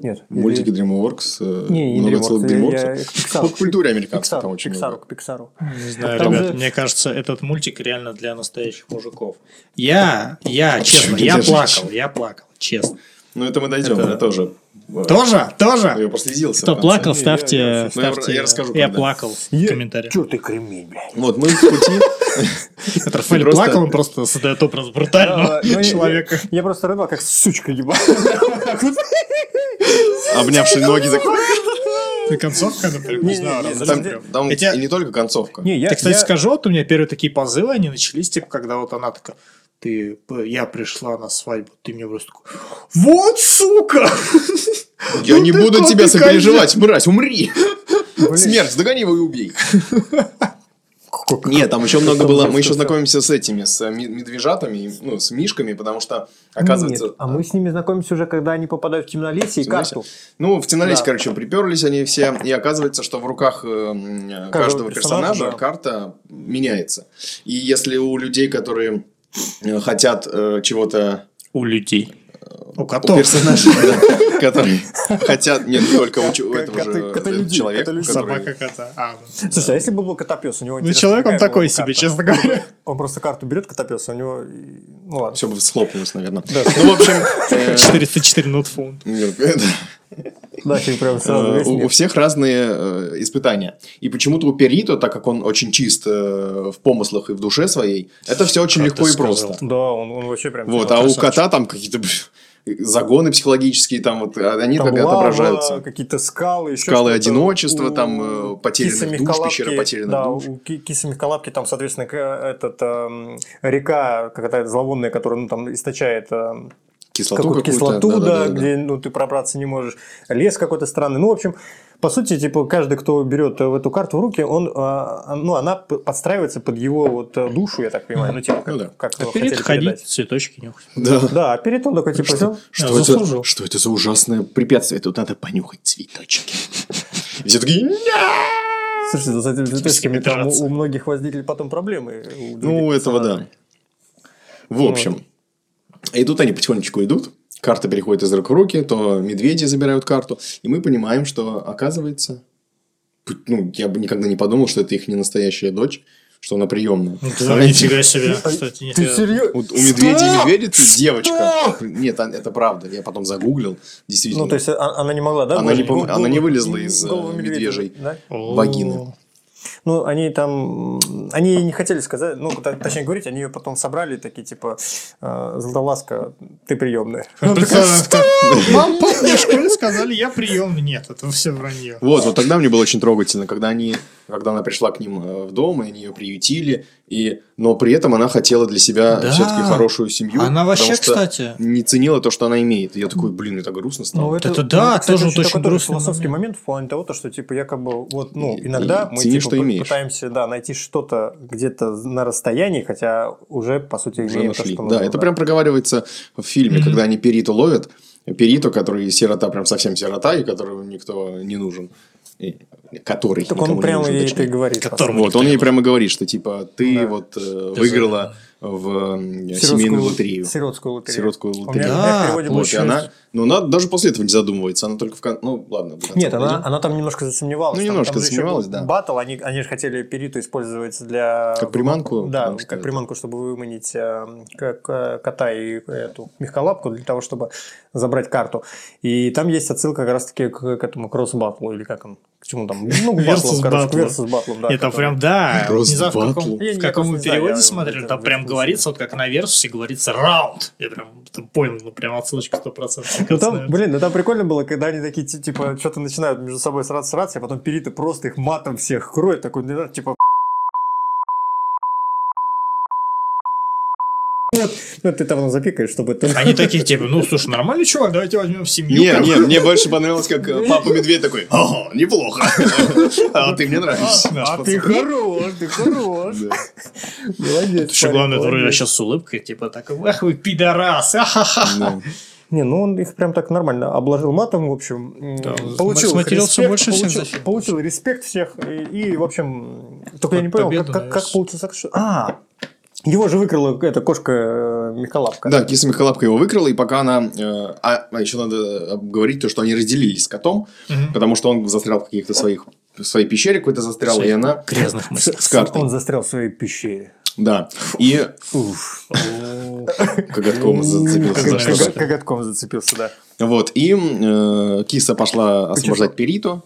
Speaker 1: Нет. или-
Speaker 3: Мультики DreamWorks, э,
Speaker 1: Не, не
Speaker 3: много
Speaker 1: DreamWorks,
Speaker 3: отсылок к
Speaker 1: я-
Speaker 3: DreamWorks.
Speaker 1: я к Pixar.
Speaker 3: По культуре американцев
Speaker 1: Pixar,
Speaker 3: там очень
Speaker 1: Pixar,
Speaker 3: много.
Speaker 1: к Pixar.
Speaker 2: Не знаю,
Speaker 1: Там
Speaker 2: ребят,
Speaker 1: же-
Speaker 2: мне кажется, этот мультик реально для настоящих мужиков. Я, я, честно,
Speaker 3: Для
Speaker 2: я
Speaker 3: женщин.
Speaker 2: плакал, я плакал, честно.
Speaker 3: Ну, это мы дойдем,
Speaker 2: Это-
Speaker 3: я тоже. э,
Speaker 2: Тоже,
Speaker 3: Я
Speaker 2: тоже.
Speaker 3: прослезился. в
Speaker 2: Кто
Speaker 3: конце. Ну,
Speaker 2: плакал,
Speaker 1: Не,
Speaker 2: Ну, ставьте,
Speaker 1: я- я-
Speaker 2: ставьте.
Speaker 3: я расскажу,
Speaker 2: Я
Speaker 3: когда.
Speaker 2: плакал в комментариях.
Speaker 1: Чё ты кремень, блядь?
Speaker 3: Вот, мы в пути.
Speaker 2: Это Рафаэль
Speaker 3: Просто-
Speaker 2: плакал, он просто создает образ
Speaker 1: Да,
Speaker 2: брутального
Speaker 1: ну, я-
Speaker 2: человека.
Speaker 1: Я, я просто рыдал, как сучка ебаная.
Speaker 3: Обнявший ноги за
Speaker 2: Ты концовка, например, не
Speaker 1: Не-не-не,
Speaker 2: знаю,
Speaker 1: там-
Speaker 2: разозлил.
Speaker 3: Там, там
Speaker 2: Хотя-
Speaker 3: и не только концовка.
Speaker 1: Не, я,
Speaker 2: Я, кстати,
Speaker 1: я-
Speaker 2: скажу, вот у меня первые такие позывы, они начались, типа, когда вот она такая, ты, п- я пришла на свадьбу, ты мне просто такой, вот сука!
Speaker 3: Я
Speaker 2: Ну
Speaker 3: не
Speaker 2: ты
Speaker 3: буду
Speaker 2: кот,
Speaker 3: тебе
Speaker 2: ты
Speaker 3: сопереживать, мразь, умри!
Speaker 1: блин,
Speaker 3: Смерть, догони его и убей.
Speaker 1: как-
Speaker 3: Нет, там еще много
Speaker 1: Что
Speaker 3: было.
Speaker 1: за
Speaker 3: Мы еще
Speaker 1: штука?
Speaker 3: знакомимся с этими, с э, ми- медвежатами, ну, с мишками, потому что, оказывается...
Speaker 1: Нет, а мы с ними знакомимся уже, когда они попадают в темнолесье и
Speaker 3: Темнолесье?
Speaker 1: карту.
Speaker 3: Ну, в темнолесье,
Speaker 1: Да.
Speaker 3: короче, приперлись они все, и оказывается, что в руках э, м, э, каждого
Speaker 1: Каждого
Speaker 3: персонажа
Speaker 1: персонажа, да.
Speaker 3: карта меняется. И если у людей, которые э, хотят э, чего-то
Speaker 2: У людей. У
Speaker 3: У
Speaker 2: котов.
Speaker 3: персонажей, да, которые хотят, нет, не только у чу- у этого
Speaker 1: коты-
Speaker 3: же
Speaker 1: коты
Speaker 3: э,
Speaker 1: людей,
Speaker 3: человека,
Speaker 1: коты людей.
Speaker 3: который-
Speaker 2: Собака кота. А, ну.
Speaker 1: Слушай, а если бы был котопес, у него...
Speaker 2: ну,
Speaker 1: интересно,
Speaker 2: человек он
Speaker 1: какая
Speaker 2: такой
Speaker 1: была бы
Speaker 2: себе,
Speaker 1: карта?
Speaker 2: честно говоря.
Speaker 1: Он просто карту берет котопес, а у него... и- Ну ладно.
Speaker 3: Все бы схлопнулось, наверное. Ну, в общем, э,
Speaker 2: 404 нот фунт.
Speaker 3: это-
Speaker 1: Да, ты прям сразу
Speaker 3: Э,
Speaker 1: весь
Speaker 3: у, у
Speaker 1: мир.
Speaker 3: всех разные э, испытания. И почему-то у Перито, так как он очень чист э, в помыслах и в душе своей, это все очень
Speaker 2: Как
Speaker 3: легко
Speaker 2: ты
Speaker 3: и
Speaker 2: сказал.
Speaker 3: просто.
Speaker 1: Да, он, он вообще прям...
Speaker 3: Вот, а у кота там какие-то пф, загоны психологические, там вот а, они
Speaker 1: Там
Speaker 3: как
Speaker 1: лава,
Speaker 3: отображаются.
Speaker 1: какие то скалы, еще
Speaker 3: Скалы
Speaker 1: что-то.
Speaker 3: одиночества,
Speaker 1: У
Speaker 3: там, э, потерянных
Speaker 1: Киса
Speaker 3: душ,
Speaker 1: Михалапки-
Speaker 3: пещера потерянных
Speaker 1: да,
Speaker 3: душ.
Speaker 1: у Ки- Киса Михалапки там, соответственно, к- этот, эм, река какая-то зловонная, которая ну, там источает эм,
Speaker 3: Кислоту
Speaker 1: какую-то
Speaker 3: какую-то.
Speaker 1: кислоту, да,
Speaker 3: да-да-да-да.
Speaker 1: где ну, ты пробраться не можешь, лес какой-то странный. Ну, в общем, по сути, типа, каждый, кто берет э, в эту карту в руки, он, а, ну, она п- подстраивается под его вот э, душу, я так понимаю. Ну, типа, как,
Speaker 3: Ну да.
Speaker 1: как его хотели
Speaker 2: А Перед ходить,
Speaker 1: передать.
Speaker 2: цветочки нюхать.
Speaker 3: Да.
Speaker 1: Да, а перед он такой, типа, взял,
Speaker 2: Я
Speaker 3: Что это,
Speaker 2: заслужил.
Speaker 3: что это за ужасное препятствие? Тут надо понюхать цветочки. И все такие, «Ня!»
Speaker 1: Слушайте, ну, с этими цветочками там
Speaker 2: драться.
Speaker 1: у, у многих возникли потом проблемы. у
Speaker 3: Ну, у
Speaker 1: других
Speaker 3: этого да.
Speaker 1: персонажей.
Speaker 3: В общем, и тут они потихонечку идут, карта переходит из рук в руки, то медведи забирают карту, и мы понимаем, что оказывается, п- ну, я бы никогда не подумал, что это их не настоящая дочь, что она приемная.
Speaker 1: Ну
Speaker 3: Она-
Speaker 2: Ну, Нифига себе,
Speaker 1: А,
Speaker 2: кстати.
Speaker 1: Ты
Speaker 2: нифига.
Speaker 1: серьезно?
Speaker 3: У, у медведя и медведицы девочка. Нет, а- это правда. Я потом загуглил. Действительно.
Speaker 1: Ну, то есть, а- она не могла, да?
Speaker 3: Она
Speaker 1: голову-
Speaker 3: не пом- она не вылезла
Speaker 1: голову-
Speaker 3: из, э,
Speaker 1: голову медведя,
Speaker 3: медвежьей.
Speaker 1: да?
Speaker 2: О.
Speaker 3: вагины.
Speaker 1: Ну, они там... м, Они ей не хотели сказать, ну, т- точнее говорить, они ее потом собрали, такие, типа, э, Златовласка, ты приемная.
Speaker 2: Представляю, как- Мам, пап, мне в школе сказали, я приемный. Нет, это все вранье.
Speaker 3: Вот, вот тогда мне было очень трогательно, когда они, когда она пришла к ним э, в дом, и они ее приютили, и, но при этом она хотела для себя
Speaker 2: Да.
Speaker 3: все-таки хорошую семью.
Speaker 2: Она вообще,
Speaker 3: потому что
Speaker 2: кстати-
Speaker 3: не ценила то, что она имеет. И Я такой, блин, это грустно стало.
Speaker 1: Ну,
Speaker 2: это да, тоже вот очень
Speaker 1: такой тоже
Speaker 2: грустный
Speaker 1: философский
Speaker 2: момент.
Speaker 1: момент в плане того, то, что типа якобы вот, ну,
Speaker 3: И-
Speaker 1: иногда
Speaker 3: и
Speaker 1: мы
Speaker 3: цени,
Speaker 1: типа,
Speaker 3: что
Speaker 1: п-
Speaker 3: имеешь.
Speaker 1: пытаемся да, найти что-то где-то на расстоянии, хотя уже, по сути,
Speaker 3: Уже
Speaker 1: имеем
Speaker 3: нашли.
Speaker 1: то, что
Speaker 3: да,
Speaker 1: нужно,
Speaker 3: это прям проговаривается в фильме, когда они Периту ловят. Периту, который сирота, прям совсем сирота, и которому никто не нужен. И- который
Speaker 1: Так он
Speaker 3: никому не
Speaker 1: прямо
Speaker 3: нужен,
Speaker 1: ей это
Speaker 3: точнее.
Speaker 1: и говорит. по
Speaker 2: Которому
Speaker 1: сути.
Speaker 3: Вот, он ей прямо говорит, что типа ты
Speaker 1: Да.
Speaker 3: вот э, выиграла в э, семейную лотерею.
Speaker 1: Сиротскую лотерею.
Speaker 3: Сиротскую
Speaker 1: У меня-
Speaker 3: лотерею.
Speaker 1: у меня
Speaker 2: Да,
Speaker 1: в переводе
Speaker 3: Вот,
Speaker 1: было
Speaker 3: и
Speaker 1: «счастье».
Speaker 3: она, но она даже после этого не задумывается, она только в кон... Ну, ладно. до конца
Speaker 1: Нет, она,
Speaker 3: дойдем.
Speaker 1: она там немножко засомневалась.
Speaker 3: Ну,
Speaker 1: Там-
Speaker 3: немножко
Speaker 1: там же еще
Speaker 3: засомневалась,
Speaker 1: был
Speaker 3: да.
Speaker 1: Баттл, они, они же хотели периту использовать для...
Speaker 3: Как приманку,
Speaker 1: Да,
Speaker 3: потому
Speaker 1: как
Speaker 3: что это-
Speaker 1: приманку, чтобы выманить э, к- к- кота и эту мягколапку для того, чтобы забрать карту. И там есть отсылка как раз-таки к, к этому кросс-баттлу, или как он, к чему там? Ну, к баттлу,
Speaker 2: Versus
Speaker 1: короче, к
Speaker 2: battle.
Speaker 1: versus баттлу, да.
Speaker 2: это
Speaker 1: который-
Speaker 2: прям, да.
Speaker 3: Просто
Speaker 2: не знаю, в
Speaker 3: батл.
Speaker 2: каком,
Speaker 1: Я-
Speaker 2: в
Speaker 1: я просто
Speaker 2: каком вы
Speaker 1: не знаю,
Speaker 2: переводе
Speaker 1: я
Speaker 2: смотрели,
Speaker 1: это
Speaker 2: там
Speaker 1: не
Speaker 2: прям
Speaker 1: слышал.
Speaker 2: говорится, вот как на версусе говорится раунд. Я прям это понял, ну прям отсылочка 100%.
Speaker 1: Ну, там, блин, ну там прикольно было, когда они такие, ти- типа, что-то начинают между собой сраться, сраться, а потом периты просто их матом всех кроет, такой, ну, типа, Ну, ты там запикаешь, чтобы это...
Speaker 2: Они такие, типа, ну, слушай, нормальный чувак, давайте возьмем семью.
Speaker 3: Не, не, мне больше понравилось, как э, папа медведь такой, ага, неплохо. А ты мне нравишься.
Speaker 2: А,
Speaker 3: наш
Speaker 2: ты
Speaker 3: пацан».
Speaker 1: хорош, ты хорош.
Speaker 3: Да.
Speaker 1: Молодец.
Speaker 2: Еще
Speaker 1: парень,
Speaker 2: главное, это вроде
Speaker 1: молодец.
Speaker 2: сейчас с улыбкой, типа, так, ах вы пидорасы, ахаха.
Speaker 3: Да.
Speaker 1: Не, ну он их прям так нормально обложил матом, в общем. М,
Speaker 2: Да,
Speaker 1: получил их
Speaker 2: смотрелся
Speaker 1: респект,
Speaker 2: больше всех
Speaker 1: получил,
Speaker 2: защитников.
Speaker 1: получил респект всех. И, и, в общем, только я не
Speaker 2: Под
Speaker 1: понял, как,
Speaker 2: победу
Speaker 1: как,
Speaker 2: навес.
Speaker 1: как получился... что- А, его же выкрала эта кошка э, Михалапка.
Speaker 3: Да, киса Михалапка его выкрала, и пока она... э, А еще надо обговорить то, что они разделились с котом,
Speaker 2: Мгм.
Speaker 3: потому что он застрял в каких-то своих... В своей пещере какой-то застрял, и она...
Speaker 2: Грязных
Speaker 1: С-
Speaker 2: мыслей.
Speaker 3: с картой.
Speaker 1: Он застрял в своей пещере.
Speaker 3: Да. И
Speaker 1: Уф.
Speaker 3: коготком
Speaker 2: Как-
Speaker 3: зацепился.
Speaker 2: как-
Speaker 3: за
Speaker 1: Кога-
Speaker 3: что-то.
Speaker 1: Коготком зацепился, да.
Speaker 3: Вот. И м, э, киса пошла освобождать Периту.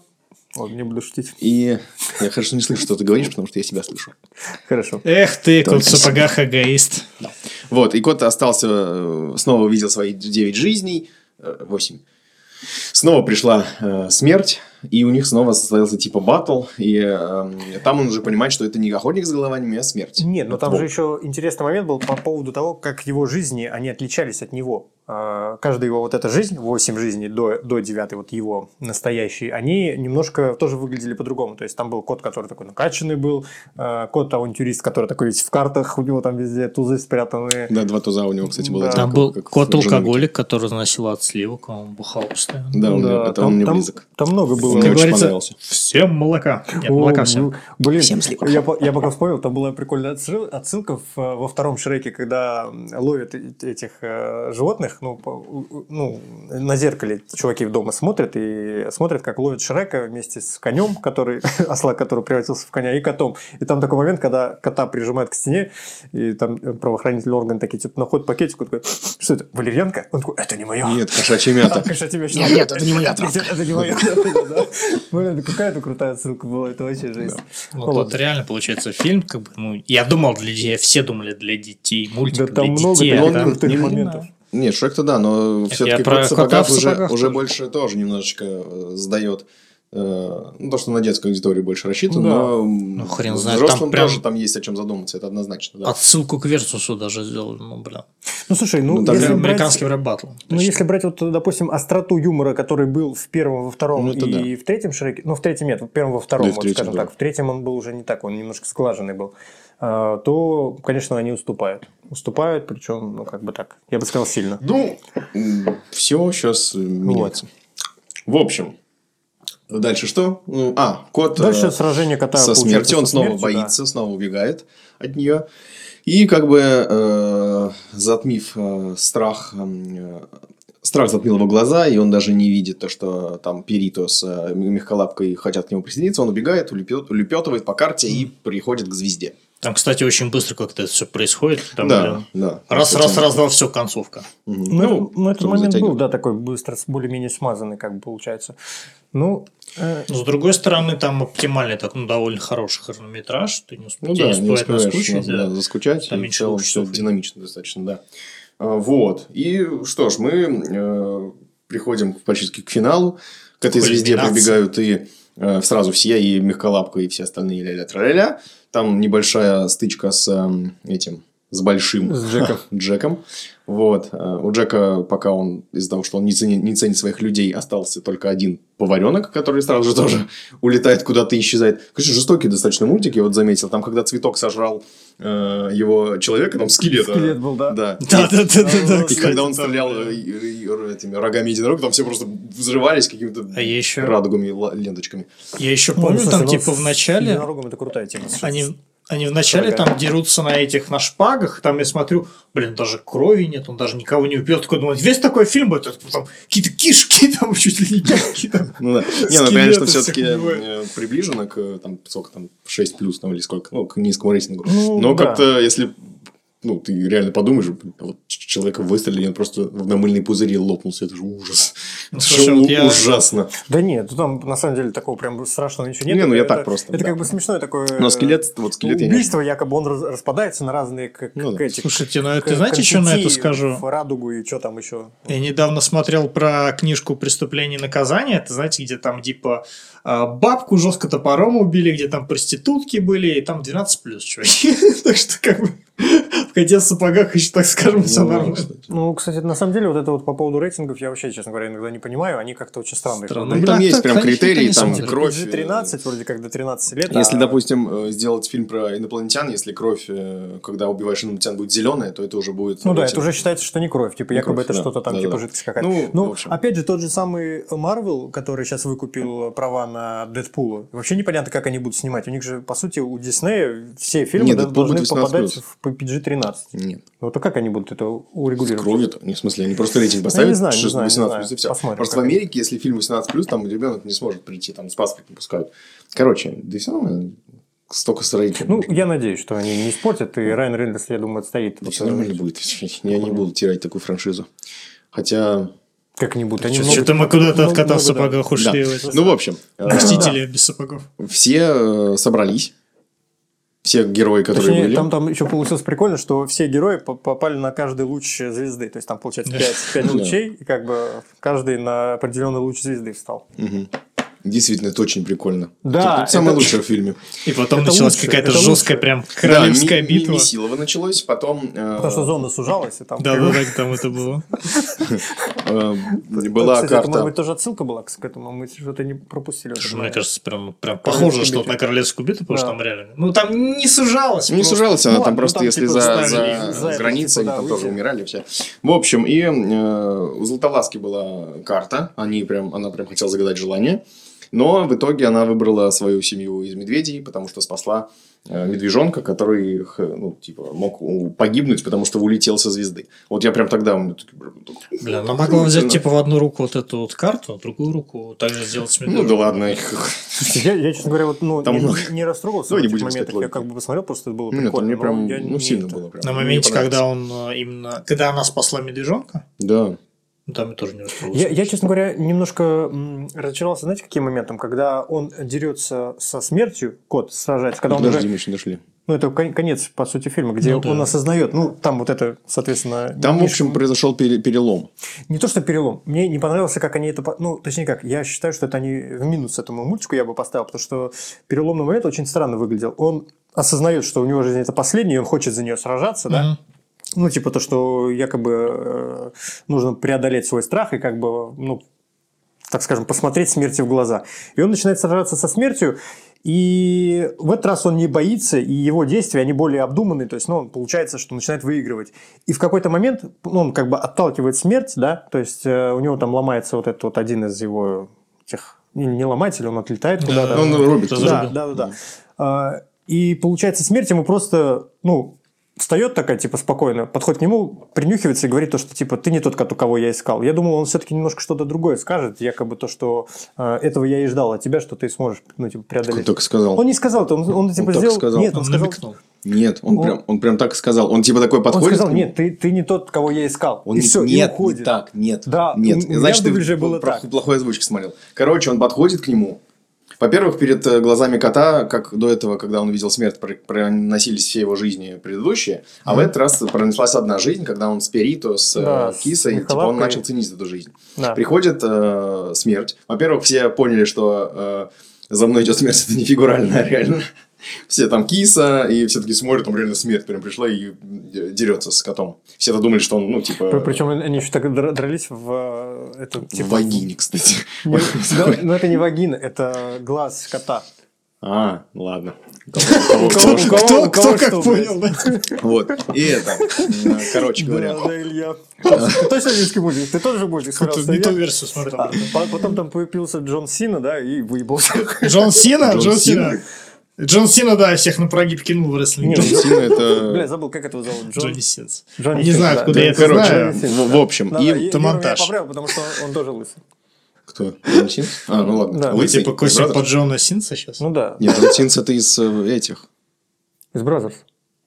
Speaker 1: Ладно, не буду шутить.
Speaker 3: И я хорошо не слышу, что ты говоришь, потому что я себя слышу.
Speaker 1: Хорошо.
Speaker 2: Эх ты,
Speaker 3: Только
Speaker 2: кот в сапогах эгоист.
Speaker 3: Вот, и кот остался, э, снова увидел свои 9 жизней, 8. Снова пришла э, смерть, и у них снова состоялся типа баттл, и э, там он уже понимает, что это не охотник с головами, а смерть.
Speaker 1: Нет, но
Speaker 3: Это
Speaker 1: там
Speaker 3: волк.
Speaker 1: же еще интересный момент был по поводу того, как его жизни, они отличались от него. А, Каждая его вот эта жизнь, 8 жизней до, до 9, вот его настоящие, они немножко тоже выглядели по-другому. То есть там был кот, который такой накачанный был, а, кот-авантюрист, который такой весь в картах, у него там везде тузы спрятаны.
Speaker 3: Да, два туза у него, кстати, было.
Speaker 1: Да.
Speaker 2: Там
Speaker 3: одинаково,
Speaker 2: был
Speaker 3: А как в
Speaker 2: кот-алкоголик, который заносил от сливок, а он бухал постоянно.
Speaker 3: «Жирновике». Да, он,
Speaker 1: Да,
Speaker 3: это он мне
Speaker 1: там,
Speaker 3: близок.
Speaker 1: там много было.
Speaker 3: Мне
Speaker 2: Как
Speaker 3: очень
Speaker 2: говорится,
Speaker 3: понравился.
Speaker 2: Всем молока. Нет,
Speaker 1: О,
Speaker 2: молока
Speaker 1: ну,
Speaker 2: всем.
Speaker 1: Блин,
Speaker 2: Всем сливок.
Speaker 1: я, по- я пока вспомнил, там была прикольная отсыл- отсылка в, э, во втором Шреке, когда м, ловят э- этих э, животных, ну, по- у- у- ну, на зеркале чуваки в дома смотрят и смотрят, как ловят Шрека вместе с конем, который, осла, который превратился в коня, и котом. И там такой момент, когда кота прижимают к стене, и там правоохранительные органы такие, типа, находят пакетик, он такой, что это, валерьянка? Он такой, это не мое.
Speaker 3: Нет, кошачья
Speaker 1: А,
Speaker 3: мята.
Speaker 1: конечно, тебе
Speaker 3: Нет, нет, это не моя
Speaker 1: Нет, это не моя да. Блин, какая это крутая ссылка была, это вообще жесть.
Speaker 2: Вот
Speaker 1: Ну,
Speaker 2: это реально получается фильм, как бы, ну, я думал для детей, все думали для детей, мультик
Speaker 1: Да
Speaker 2: для
Speaker 1: там много
Speaker 2: детей. а
Speaker 1: таких
Speaker 3: там
Speaker 1: крутых
Speaker 3: не
Speaker 1: моментов.
Speaker 3: Нет, Шрек-то да, но все-таки
Speaker 2: я про
Speaker 3: кот
Speaker 2: кота
Speaker 3: в сапогах
Speaker 2: в
Speaker 3: уже,
Speaker 2: сапогах
Speaker 3: уже
Speaker 2: тоже.
Speaker 3: больше тоже немножечко э, сдает. э, Ну, то, что на детскую аудиторию больше рассчитано,
Speaker 1: Да.
Speaker 3: но м,
Speaker 2: Ну, хрен знает,
Speaker 3: взрослым
Speaker 2: там прям-
Speaker 3: тоже там есть о чем задуматься, это однозначно. Да.
Speaker 2: Отсылку к Версусу даже сделали, ну, бля.
Speaker 1: Ну, слушай, ну,
Speaker 3: Ну, там
Speaker 1: если
Speaker 2: Прям
Speaker 3: прям
Speaker 1: брать-
Speaker 2: Американский рэп батл.
Speaker 1: Ну, если брать вот, допустим, остроту юмора, который был в первом, во втором
Speaker 3: Ну, это
Speaker 1: и в третьем Шреке, ну, в третьем нет, в первом, во втором,
Speaker 3: Да, и в
Speaker 1: вот,
Speaker 3: третьем,
Speaker 1: скажем
Speaker 3: да.
Speaker 1: так, в третьем он был уже не так, он немножко сглаженный был, а, то, конечно, они уступают. Уступают, причем, ну, как бы так, я бы сказал, сильно.
Speaker 3: Ну, все сейчас меняется. В общем, дальше что? Ну, А, кот э,
Speaker 1: Дальше сражение кота
Speaker 3: со
Speaker 1: получается,
Speaker 3: смертью, он
Speaker 1: со
Speaker 3: снова
Speaker 1: смертью, да.
Speaker 3: боится, снова убегает от нее. И как бы э, затмив э, страх, м, э, страх затмил его глаза, и он даже не видит то, что там Перито с э, мягколапкой хотят к нему присоединиться, он убегает, улепет, улепетывает по карте и приходит к звезде.
Speaker 2: Там, кстати, очень быстро как-то это все происходит. Там,
Speaker 3: да,
Speaker 2: бля,
Speaker 3: да.
Speaker 2: Раз, раз, раз, два, все, концовка.
Speaker 3: Мгм.
Speaker 1: Ну, это- ну, этот
Speaker 3: чтобы
Speaker 1: момент был,
Speaker 3: затягивать.
Speaker 1: да, такой быстро, с- более-менее смазанный, как бы, получается. Ну, э,
Speaker 2: Но, с другой стороны, там оптимальный, так, ну, довольно хороший хронометраж. Ты не успе-
Speaker 3: Ну
Speaker 2: тебе
Speaker 3: да,
Speaker 2: не
Speaker 3: не
Speaker 2: успевает
Speaker 3: успеваешь ну,
Speaker 2: наскучить,
Speaker 3: да,
Speaker 2: да.
Speaker 3: заскучать.
Speaker 2: Там
Speaker 3: и в
Speaker 2: меньше
Speaker 3: целом
Speaker 2: двух
Speaker 3: все
Speaker 2: часов.
Speaker 3: динамично достаточно, да. А, Вот. И что ж, мы э, приходим почти к финалу. К этой звезде
Speaker 2: Кульминация.
Speaker 3: прибегают и э, сразу все, и Мягколапка, и все остальные ля-ля тра-ля-ля. Там небольшая стычка с эм, этим, с большим
Speaker 1: с Джеком.
Speaker 3: Джеком. Вот. Э, У Джека, пока он из-за того, что он не ценит, не ценит своих людей, остался только один поваренок, который сразу же тоже улетает куда-то и исчезает. Конечно, жестокие достаточно мультики, я вот заметил. Там, когда цветок сожрал э, его человека, там скелет. э,
Speaker 1: Скелет был, да?
Speaker 3: Да.
Speaker 2: Да, да, да, да, да.
Speaker 1: И
Speaker 3: И
Speaker 2: кстати,
Speaker 3: когда он
Speaker 2: там,
Speaker 3: стрелял
Speaker 2: бля.
Speaker 3: э, и- и- и- этими рогами единорога, там все просто взрывались какими-то
Speaker 2: А я еще-
Speaker 3: радугами и ла- ленточками.
Speaker 2: Я еще
Speaker 1: Ну,
Speaker 2: помню,
Speaker 1: слушай,
Speaker 2: там,
Speaker 1: ну,
Speaker 2: типа, в
Speaker 1: с
Speaker 2: начале...
Speaker 1: единорогом это крутая тема.
Speaker 2: Они, они вначале
Speaker 1: Дорогая.
Speaker 2: там дерутся на этих, на шпагах, там я смотрю, блин, даже крови нет, он даже никого не убьет. Такой, думаю, весь такой фильм, это там какие-то кишки, там чуть ли не кишки. Там.
Speaker 3: Ну да. Не, ну
Speaker 2: Скелеты
Speaker 3: конечно,
Speaker 2: всех
Speaker 3: все-таки
Speaker 2: убивают.
Speaker 3: приближено к э, там, сколько там, 6 плюс там или сколько, ну, к низкому рейтингу.
Speaker 1: Ну,
Speaker 3: Но
Speaker 1: да.
Speaker 3: как-то, если ну, ты реально подумаешь, а вот ч- человека выстрелили, он просто в намыльный пузырь и лопнулся. Это же ужас.
Speaker 2: Ну,
Speaker 3: Это
Speaker 2: слушай,
Speaker 3: же
Speaker 2: вот
Speaker 3: у-
Speaker 2: я-
Speaker 3: ужасно.
Speaker 1: Да нет, ну там на самом деле такого прям страшного ничего нет.
Speaker 3: Не, ну я
Speaker 1: Это-
Speaker 3: так просто,
Speaker 1: Это
Speaker 3: да.
Speaker 1: как бы смешное такое... э,
Speaker 3: Но скелет, вот скелет я не...
Speaker 1: Убийство, якобы он раз- распадается на разные как,
Speaker 3: Ну да.
Speaker 1: как эти,
Speaker 2: Слушайте, ну это
Speaker 1: как
Speaker 2: знаете, что на это
Speaker 1: конфетти,
Speaker 2: скажу?
Speaker 1: в радугу и что там еще.
Speaker 2: Я недавно смотрел про книжку «Преступление и наказание». Это, знаете, где там типа а, бабку жестко топором убили, где там проститутки были, и там 12 плюс, чуваки. Так что как бы... В коте в сапогах еще, так скажем, все
Speaker 3: Ну,
Speaker 2: нормально.
Speaker 1: Ну, кстати, на самом деле, вот это вот по поводу рейтингов я вообще, честно говоря, иногда не понимаю. Они как-то очень странные. Типа,
Speaker 2: Странно.
Speaker 3: Ну,
Speaker 2: Ну,
Speaker 3: там
Speaker 2: да,
Speaker 3: есть
Speaker 2: кто-
Speaker 3: прям
Speaker 2: конечно,
Speaker 3: критерии,
Speaker 2: конечно,
Speaker 3: там
Speaker 2: смотрит.
Speaker 3: кровь. э,
Speaker 1: 13 вроде как до 13 лет.
Speaker 3: Если,
Speaker 1: а-
Speaker 3: допустим, э, сделать фильм про инопланетян, если кровь, э, когда убиваешь инопланетян, будет зеленая, то это уже будет...
Speaker 1: Ну да,
Speaker 3: рейтинг.
Speaker 1: это уже считается, что не кровь. Типа,
Speaker 3: Не
Speaker 1: якобы
Speaker 3: кровь,
Speaker 1: это
Speaker 3: да.
Speaker 1: что-то там,
Speaker 3: Да-да-да.
Speaker 1: типа, жидкость какая-то.
Speaker 3: Ну,
Speaker 1: Ну,
Speaker 3: в общем.
Speaker 1: опять же, тот же самый Марвел, который сейчас выкупил права на Дэдпула, вообще непонятно, как они будут снимать. У них же, по сути, у Диснея все фильмы
Speaker 3: Нет,
Speaker 1: да,
Speaker 3: Дэдпул
Speaker 1: должны
Speaker 3: будет 18+.
Speaker 1: попадать в PG-13.
Speaker 3: Нет.
Speaker 1: Ну, то как они будут это урегулировать?
Speaker 3: Кровью, не в смысле, они просто рейтинг поставят,
Speaker 1: Ну, не знаю, не
Speaker 3: 16,
Speaker 1: знаю, не
Speaker 3: 18
Speaker 1: знаю.
Speaker 3: и все.
Speaker 1: Посмотрим,
Speaker 3: Просто в
Speaker 1: как
Speaker 3: Америке, если фильм 18 там ребенок не сможет прийти, там спасфик не пускают. Короче, да и все равно столько с рейтингом.
Speaker 1: Ну, я надеюсь, что они не испортят, и Райан Рейндерс, я думаю, отстоит.
Speaker 3: все нормально будет. Я не буду терять такую франшизу. Хотя...
Speaker 1: Как-нибудь. Они много-
Speaker 2: Ну, Что-то мы куда-то от
Speaker 1: много,
Speaker 2: кота в
Speaker 1: Ну, да.
Speaker 2: сапогах ушли. в это.
Speaker 3: Ну, в общем, э,
Speaker 2: Мстители без сапогов.
Speaker 3: все э, собрались. Все герои, которые
Speaker 1: Точнее,
Speaker 3: были.
Speaker 1: там, там еще получилось прикольно, что все герои по- попали на каждый луч звезды. То есть там получается 5,
Speaker 3: Ну да.
Speaker 1: лучей, и как бы каждый на определенный луч звезды встал.
Speaker 3: Мгм. Действительно, это очень прикольно.
Speaker 1: Да,
Speaker 3: Это самое
Speaker 1: это-
Speaker 3: лучшее в фильме.
Speaker 2: И потом
Speaker 1: Это
Speaker 2: началась
Speaker 1: лучше,
Speaker 2: какая-то
Speaker 1: это
Speaker 2: жесткая
Speaker 1: лучше.
Speaker 2: прям королевская
Speaker 3: Да, ми- ми-
Speaker 2: битва.
Speaker 3: Месилова началось, потом... э,
Speaker 1: Потому что зона сужалась, и там...
Speaker 2: Да,
Speaker 1: как
Speaker 2: да,
Speaker 1: бы-
Speaker 2: так там это было.
Speaker 3: э, была
Speaker 1: Кстати, это, может
Speaker 3: карта...
Speaker 1: быть, тоже отсылка была к этому, мы что-то не пропустили.
Speaker 2: Слушай, Мне кажется, прям, прям
Speaker 1: Королевскую
Speaker 2: похоже, что
Speaker 1: битву.
Speaker 2: на королевскую битву, потому что
Speaker 1: Да.
Speaker 2: там реально. Ну там не сужалось.
Speaker 3: Не
Speaker 2: просто.
Speaker 3: сужалась она,
Speaker 1: Ну,
Speaker 3: там
Speaker 1: ну,
Speaker 3: просто
Speaker 1: там,
Speaker 3: если
Speaker 1: типа,
Speaker 3: за,
Speaker 2: ставили
Speaker 3: за,
Speaker 1: их за это,
Speaker 3: границей,
Speaker 1: типа, да,
Speaker 3: они там тоже
Speaker 1: выйти.
Speaker 3: умирали все. В общем, и э, у Златовласки была карта, они прям, она прям хотела загадать желание, но в итоге она выбрала свою семью из медведей, потому что спасла э, медвежонка, который х- ну, типа, мог у- погибнуть, потому что улетел со звезды. Вот я прям тогда... у меня такие прям- ну,
Speaker 2: Блин, она могла взять типа в одну руку вот эту вот карту, а в другую руку также сделать с
Speaker 3: Ну
Speaker 2: медведем.
Speaker 3: да ладно,
Speaker 1: Я, я, честно говоря, вот, ну,
Speaker 3: Там
Speaker 1: не,
Speaker 3: много.
Speaker 1: не расстроился
Speaker 3: Ну,
Speaker 1: в
Speaker 3: не
Speaker 1: этих
Speaker 3: будем искать
Speaker 1: моментах. Я
Speaker 3: логики.
Speaker 1: как бы посмотрел, просто это было
Speaker 3: Нет,
Speaker 1: прикольно.
Speaker 3: мне
Speaker 1: но
Speaker 3: прям
Speaker 1: я
Speaker 3: ну,
Speaker 1: не
Speaker 3: сильно
Speaker 1: это.
Speaker 3: было. Прям.
Speaker 2: На
Speaker 3: Мне
Speaker 2: моменте,
Speaker 3: понравилось.
Speaker 2: когда он э, именно... Когда она спасла медвежонка,
Speaker 3: Да.
Speaker 2: ну, там я тоже не расстроился.
Speaker 1: Я, я, честно говоря, немножко м, разочаровался, знаете, каким моментом? Когда он дерется со смертью, кот сражается, когда он
Speaker 3: Подожди,
Speaker 1: уже...
Speaker 3: мы еще не дошли.
Speaker 1: Ну, это кон- конец, по сути, фильма, где
Speaker 2: Ну да.
Speaker 1: он осознает. Ну, там вот это, соответственно...
Speaker 3: Там, в
Speaker 1: не-
Speaker 3: общем, произошел пере- перелом.
Speaker 1: Не то, что перелом. Мне не понравился, как они это... по- Ну, точнее как, я считаю, что это они в минус этому мультику я бы поставил, потому что переломный момент очень странно выглядел. Он осознает, что у него жизнь это последняя, и он хочет за нее сражаться, да?
Speaker 2: Мгм.
Speaker 1: Ну, типа то, что якобы э, нужно преодолеть свой страх и как бы, ну, так скажем, посмотреть смерти в глаза. И он начинает сражаться со смертью, и в этот раз он не боится, и его действия, они более обдуманные, то есть, ну, он получается, что начинает выигрывать. И в какой-то момент ну, он как бы отталкивает смерть, да, то есть э, у него там ломается вот этот вот один из его тех, не, не ломатель, он отлетает куда-то.
Speaker 3: Ну, он рубит.
Speaker 2: Да,
Speaker 1: Да,
Speaker 2: зарубил.
Speaker 1: да, да, да. А, И получается, смерть ему просто, ну, встает такая, типа, спокойно, подходит к нему, принюхивается и говорит то, что, типа, ты не тот, кот, у кого я искал. Я думал, он все-таки немножко что-то другое скажет, якобы то, что э, этого я и ждал от тебя, что ты сможешь, ну, типа,
Speaker 3: Он
Speaker 1: преодолеть.
Speaker 3: только сказал. Ну,
Speaker 1: Он не сказал это, он, он, типа,
Speaker 3: так
Speaker 1: сделал...
Speaker 3: сказал.
Speaker 1: Нет, он,
Speaker 2: Он
Speaker 1: сказал...
Speaker 2: намекнул.
Speaker 3: Нет, он,
Speaker 1: Он-
Speaker 3: прям, он прям так и сказал. Он типа такой
Speaker 1: Он
Speaker 3: подходит.
Speaker 1: сказал,
Speaker 3: к нему.
Speaker 1: нет, ты, ты не тот, кого я искал.
Speaker 3: Он
Speaker 1: и
Speaker 3: не-
Speaker 1: все,
Speaker 3: нет,
Speaker 1: и
Speaker 3: не
Speaker 1: уходит.
Speaker 3: так, нет,
Speaker 1: Да,
Speaker 3: нет.
Speaker 1: у- у меня
Speaker 3: Значит,
Speaker 1: в
Speaker 3: ты
Speaker 1: дубляже
Speaker 3: пл-
Speaker 1: было
Speaker 3: про-
Speaker 1: так.
Speaker 3: плохой озвучки смотрел. Короче, он подходит к нему. Во-первых, перед э, глазами кота, как до этого, когда он видел смерть, про- проносились все его жизни предыдущие, а в этот раз пронеслась одна жизнь, когда он с Перито, с э,
Speaker 1: Да, с
Speaker 3: Кисой, типа, он
Speaker 1: Михалапкой.
Speaker 3: начал ценить эту жизнь.
Speaker 1: Да.
Speaker 3: Приходит э, смерть. Во-первых, все поняли, что э, за мной идет смерть, это не фигурально, а реально. Все там киса, и все таки смотрят, там реально смерть прям пришла и э, дерется с котом. Все то думали, что он, ну, типа...
Speaker 1: Пр- Причем они еще так дра- дрались в э, этом,
Speaker 3: в
Speaker 1: типа...
Speaker 3: вагине, кстати.
Speaker 1: Не- да, Но это не вагина, это глаз кота.
Speaker 3: А, ладно. Кого-
Speaker 1: кого-
Speaker 3: кого- кого ж-
Speaker 1: кого- у кого что,
Speaker 2: да?
Speaker 3: Вот. И это, э, короче говоря,
Speaker 1: Да, да, Илья. Ты точно английский мультик? Ты тоже мультик смотрел?
Speaker 2: Тут
Speaker 1: что
Speaker 3: ну,
Speaker 2: Не
Speaker 1: я?
Speaker 2: ту версию смотрел.
Speaker 1: А, по- Потом там появился Джон Сина, да, и выебался.
Speaker 2: Джон Сина?
Speaker 3: Джон
Speaker 2: Джон Сина. Джон Сина, да, всех на прогиб кинул в рестлинг.
Speaker 1: Нет,
Speaker 3: Джон Сина
Speaker 1: Бля,
Speaker 3: это...
Speaker 1: забыл, как этого зовут. Джон...
Speaker 2: Джонни Синс.
Speaker 1: Джонни
Speaker 2: Не
Speaker 1: Синс,
Speaker 2: знаю,
Speaker 1: да.
Speaker 2: откуда я это
Speaker 3: Короче,
Speaker 2: знаю.
Speaker 3: в в общем,
Speaker 1: Да,
Speaker 3: и...
Speaker 1: и-
Speaker 2: это
Speaker 1: Юра меня
Speaker 2: монтаж.
Speaker 1: поправил, потому что он тоже лысый.
Speaker 3: Кто? Джон Син? А, ну ладно.
Speaker 1: Да.
Speaker 2: Вы
Speaker 3: Лысый,
Speaker 2: типа
Speaker 3: из
Speaker 2: косим
Speaker 3: «Бразерс».
Speaker 2: под Джона Синса сейчас?
Speaker 1: Ну да,
Speaker 3: Нет, Джон Синс это из э, этих.
Speaker 1: из Бразерс.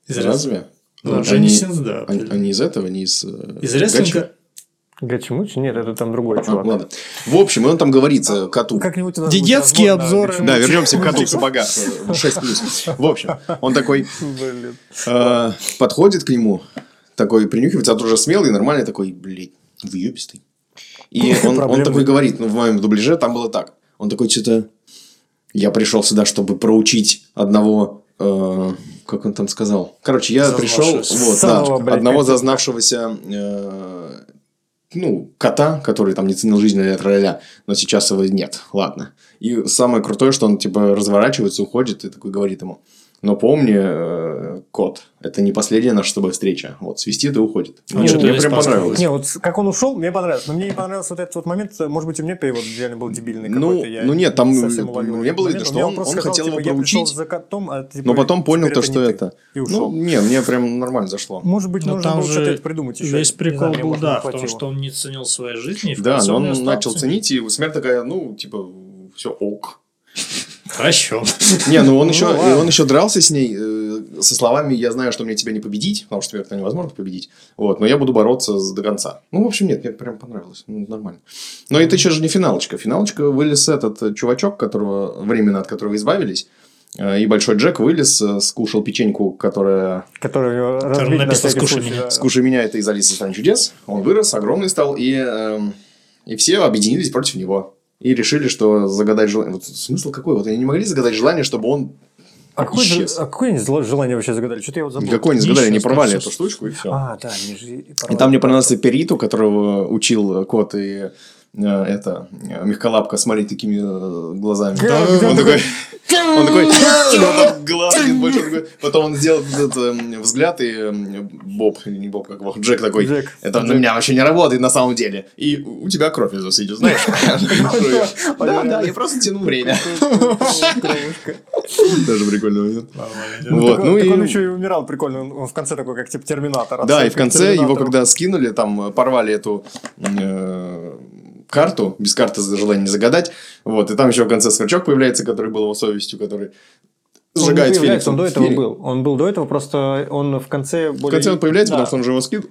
Speaker 2: Из рестлинга.
Speaker 3: Разве?
Speaker 2: Ну,
Speaker 3: Они-
Speaker 2: Джонни Синс, да.
Speaker 3: Они,
Speaker 2: определенно.
Speaker 3: они из этого, не из... э,
Speaker 2: Из
Speaker 3: Гачи?
Speaker 2: рестлинга?
Speaker 1: Гачимучи? Нет, это там другой
Speaker 3: А,
Speaker 1: чувак.
Speaker 3: ладно. В общем, и он там говорит э, коту.
Speaker 1: Как-нибудь у нас будет
Speaker 2: Дедецкие
Speaker 1: разбор на
Speaker 2: обзоры.
Speaker 3: Да, вернемся к коту в сапогах. 6 плюс. В общем, он такой
Speaker 1: Гачимучи. Блин.
Speaker 3: э, подходит к нему, такой принюхивается, а тоже смелый, нормальный, такой, блядь, выебистый. И он, он
Speaker 1: Проблемный.
Speaker 3: такой говорит, ну, в моем дубляже там было так. Он такой, что-то... Я пришел сюда, чтобы проучить одного э, как он там сказал. Короче, я пришел
Speaker 2: Зазнавшегося.
Speaker 3: вот,
Speaker 1: Самого,
Speaker 3: да,
Speaker 1: блядь,
Speaker 3: одного
Speaker 1: капитана.
Speaker 3: зазнавшегося э, ну, кота, который там не ценил жизнь или роля, но сейчас его нет, ладно. И самое крутое, что он типа разворачивается, уходит и такой говорит ему, но помни, э, кот, это не последняя наша с тобой встреча. Вот, свистит и уходит.
Speaker 2: Ну,
Speaker 3: А Мне
Speaker 1: что-то
Speaker 3: мне
Speaker 2: из
Speaker 3: прям
Speaker 2: пасхи.
Speaker 3: понравилось.
Speaker 1: Не, вот с- как он ушел, мне понравилось. Но мне не понравился вот этот вот момент. Может быть, у меня перевод реально был дебильный
Speaker 3: Ну,
Speaker 1: какой-то. я
Speaker 3: ну нет, там
Speaker 1: не совсем уловил
Speaker 3: мне
Speaker 1: этот
Speaker 3: было видно,
Speaker 1: момент. У
Speaker 3: что
Speaker 1: меня
Speaker 3: он,
Speaker 1: просто
Speaker 3: он
Speaker 1: сказал,
Speaker 3: хотел его
Speaker 1: типа, я пришел
Speaker 3: проучить,
Speaker 1: за котом, а, типа,
Speaker 3: но потом понял
Speaker 1: теперь
Speaker 3: то, что
Speaker 1: не ты.
Speaker 3: это.
Speaker 1: И
Speaker 3: Ну,
Speaker 1: ушел.
Speaker 3: не, мне прям нормально зашло.
Speaker 1: Может быть,
Speaker 2: Ну,
Speaker 1: нужно
Speaker 2: там
Speaker 1: было
Speaker 2: же
Speaker 1: что-то придумать еще.
Speaker 2: Весь
Speaker 1: Не
Speaker 2: прикол
Speaker 1: знаю, мне,
Speaker 2: был,
Speaker 1: может,
Speaker 2: да,
Speaker 1: не
Speaker 2: в том,
Speaker 1: хватило.
Speaker 2: что он не ценил своей жизни. и в
Speaker 3: Да,
Speaker 2: конце
Speaker 3: но
Speaker 2: её
Speaker 3: он
Speaker 2: стал
Speaker 3: начал
Speaker 2: ценить.
Speaker 3: ценить, и смерть такая, ну, типа, все ок.
Speaker 2: Хорошо.
Speaker 3: Не, ну он
Speaker 1: Ну
Speaker 3: еще,
Speaker 1: ладно.
Speaker 3: он еще дрался с ней э, со словами «я знаю, что мне тебя не победить», потому что это невозможно победить, вот, но я буду бороться с- до конца. Ну, в общем, нет, мне прям понравилось, ну, нормально. Но это еще же не финалочка. Финалочка вылез этот э, чувачок, которого, временно от которого избавились, э, и Большой Джек вылез, э, скушал печеньку, которая
Speaker 1: Который разбит на
Speaker 2: написано
Speaker 1: всякий
Speaker 2: «Скушай
Speaker 1: случай,
Speaker 2: меня».
Speaker 1: да.
Speaker 3: «Скушай меня, это из Алисы в стране чудес». Он вырос, огромный стал, и, эм, и все объединились против него. И решили, что загадать желание... Вот смысл какой? Вот они не могли загадать желание, чтобы он
Speaker 1: А какое, же-
Speaker 3: исчез.
Speaker 1: а какое они зло- желание вообще загадали? Что-то я вот забыл.
Speaker 3: Никакой не
Speaker 2: Ищешь,
Speaker 3: загадали, они порвали
Speaker 2: значит,
Speaker 3: эту штучку и все.
Speaker 1: А, да, они же
Speaker 3: и там мне понравился Периту, которого учил э, кот и э, это э, мягколапка смотреть такими э, глазами.
Speaker 1: Да,
Speaker 3: он,
Speaker 1: да,
Speaker 3: такой, он такой, он так гладит, больше такой. Потом он сделал этот э, взгляд и э, Боб, или не Боб, как его, Джек такой.
Speaker 1: Джек.
Speaker 3: Это на меня вообще не работает на самом деле. И у у тебя кровь из ус идет, знаешь? Да, да, я просто тяну время. Даже прикольный момент. Вот, ну
Speaker 1: так он
Speaker 3: и
Speaker 1: еще и умирал прикольно. Он- Он в конце такой, как типа Терминатор.
Speaker 3: Да,
Speaker 1: отсылка
Speaker 3: и в
Speaker 1: к
Speaker 3: конце его,
Speaker 1: Терминатору.
Speaker 3: когда скинули, там э, порвали эту э, карту, без карты за желание не загадать. Вот, и там еще в конце сверчок появляется, который был его совестью, который
Speaker 1: Он не
Speaker 3: сжигает Феникса.
Speaker 1: появляется, Он до этого
Speaker 3: Феникс.
Speaker 1: был. Он был до этого, просто он в конце
Speaker 3: В
Speaker 1: более...
Speaker 3: конце он появляется, потому что он же его скинул.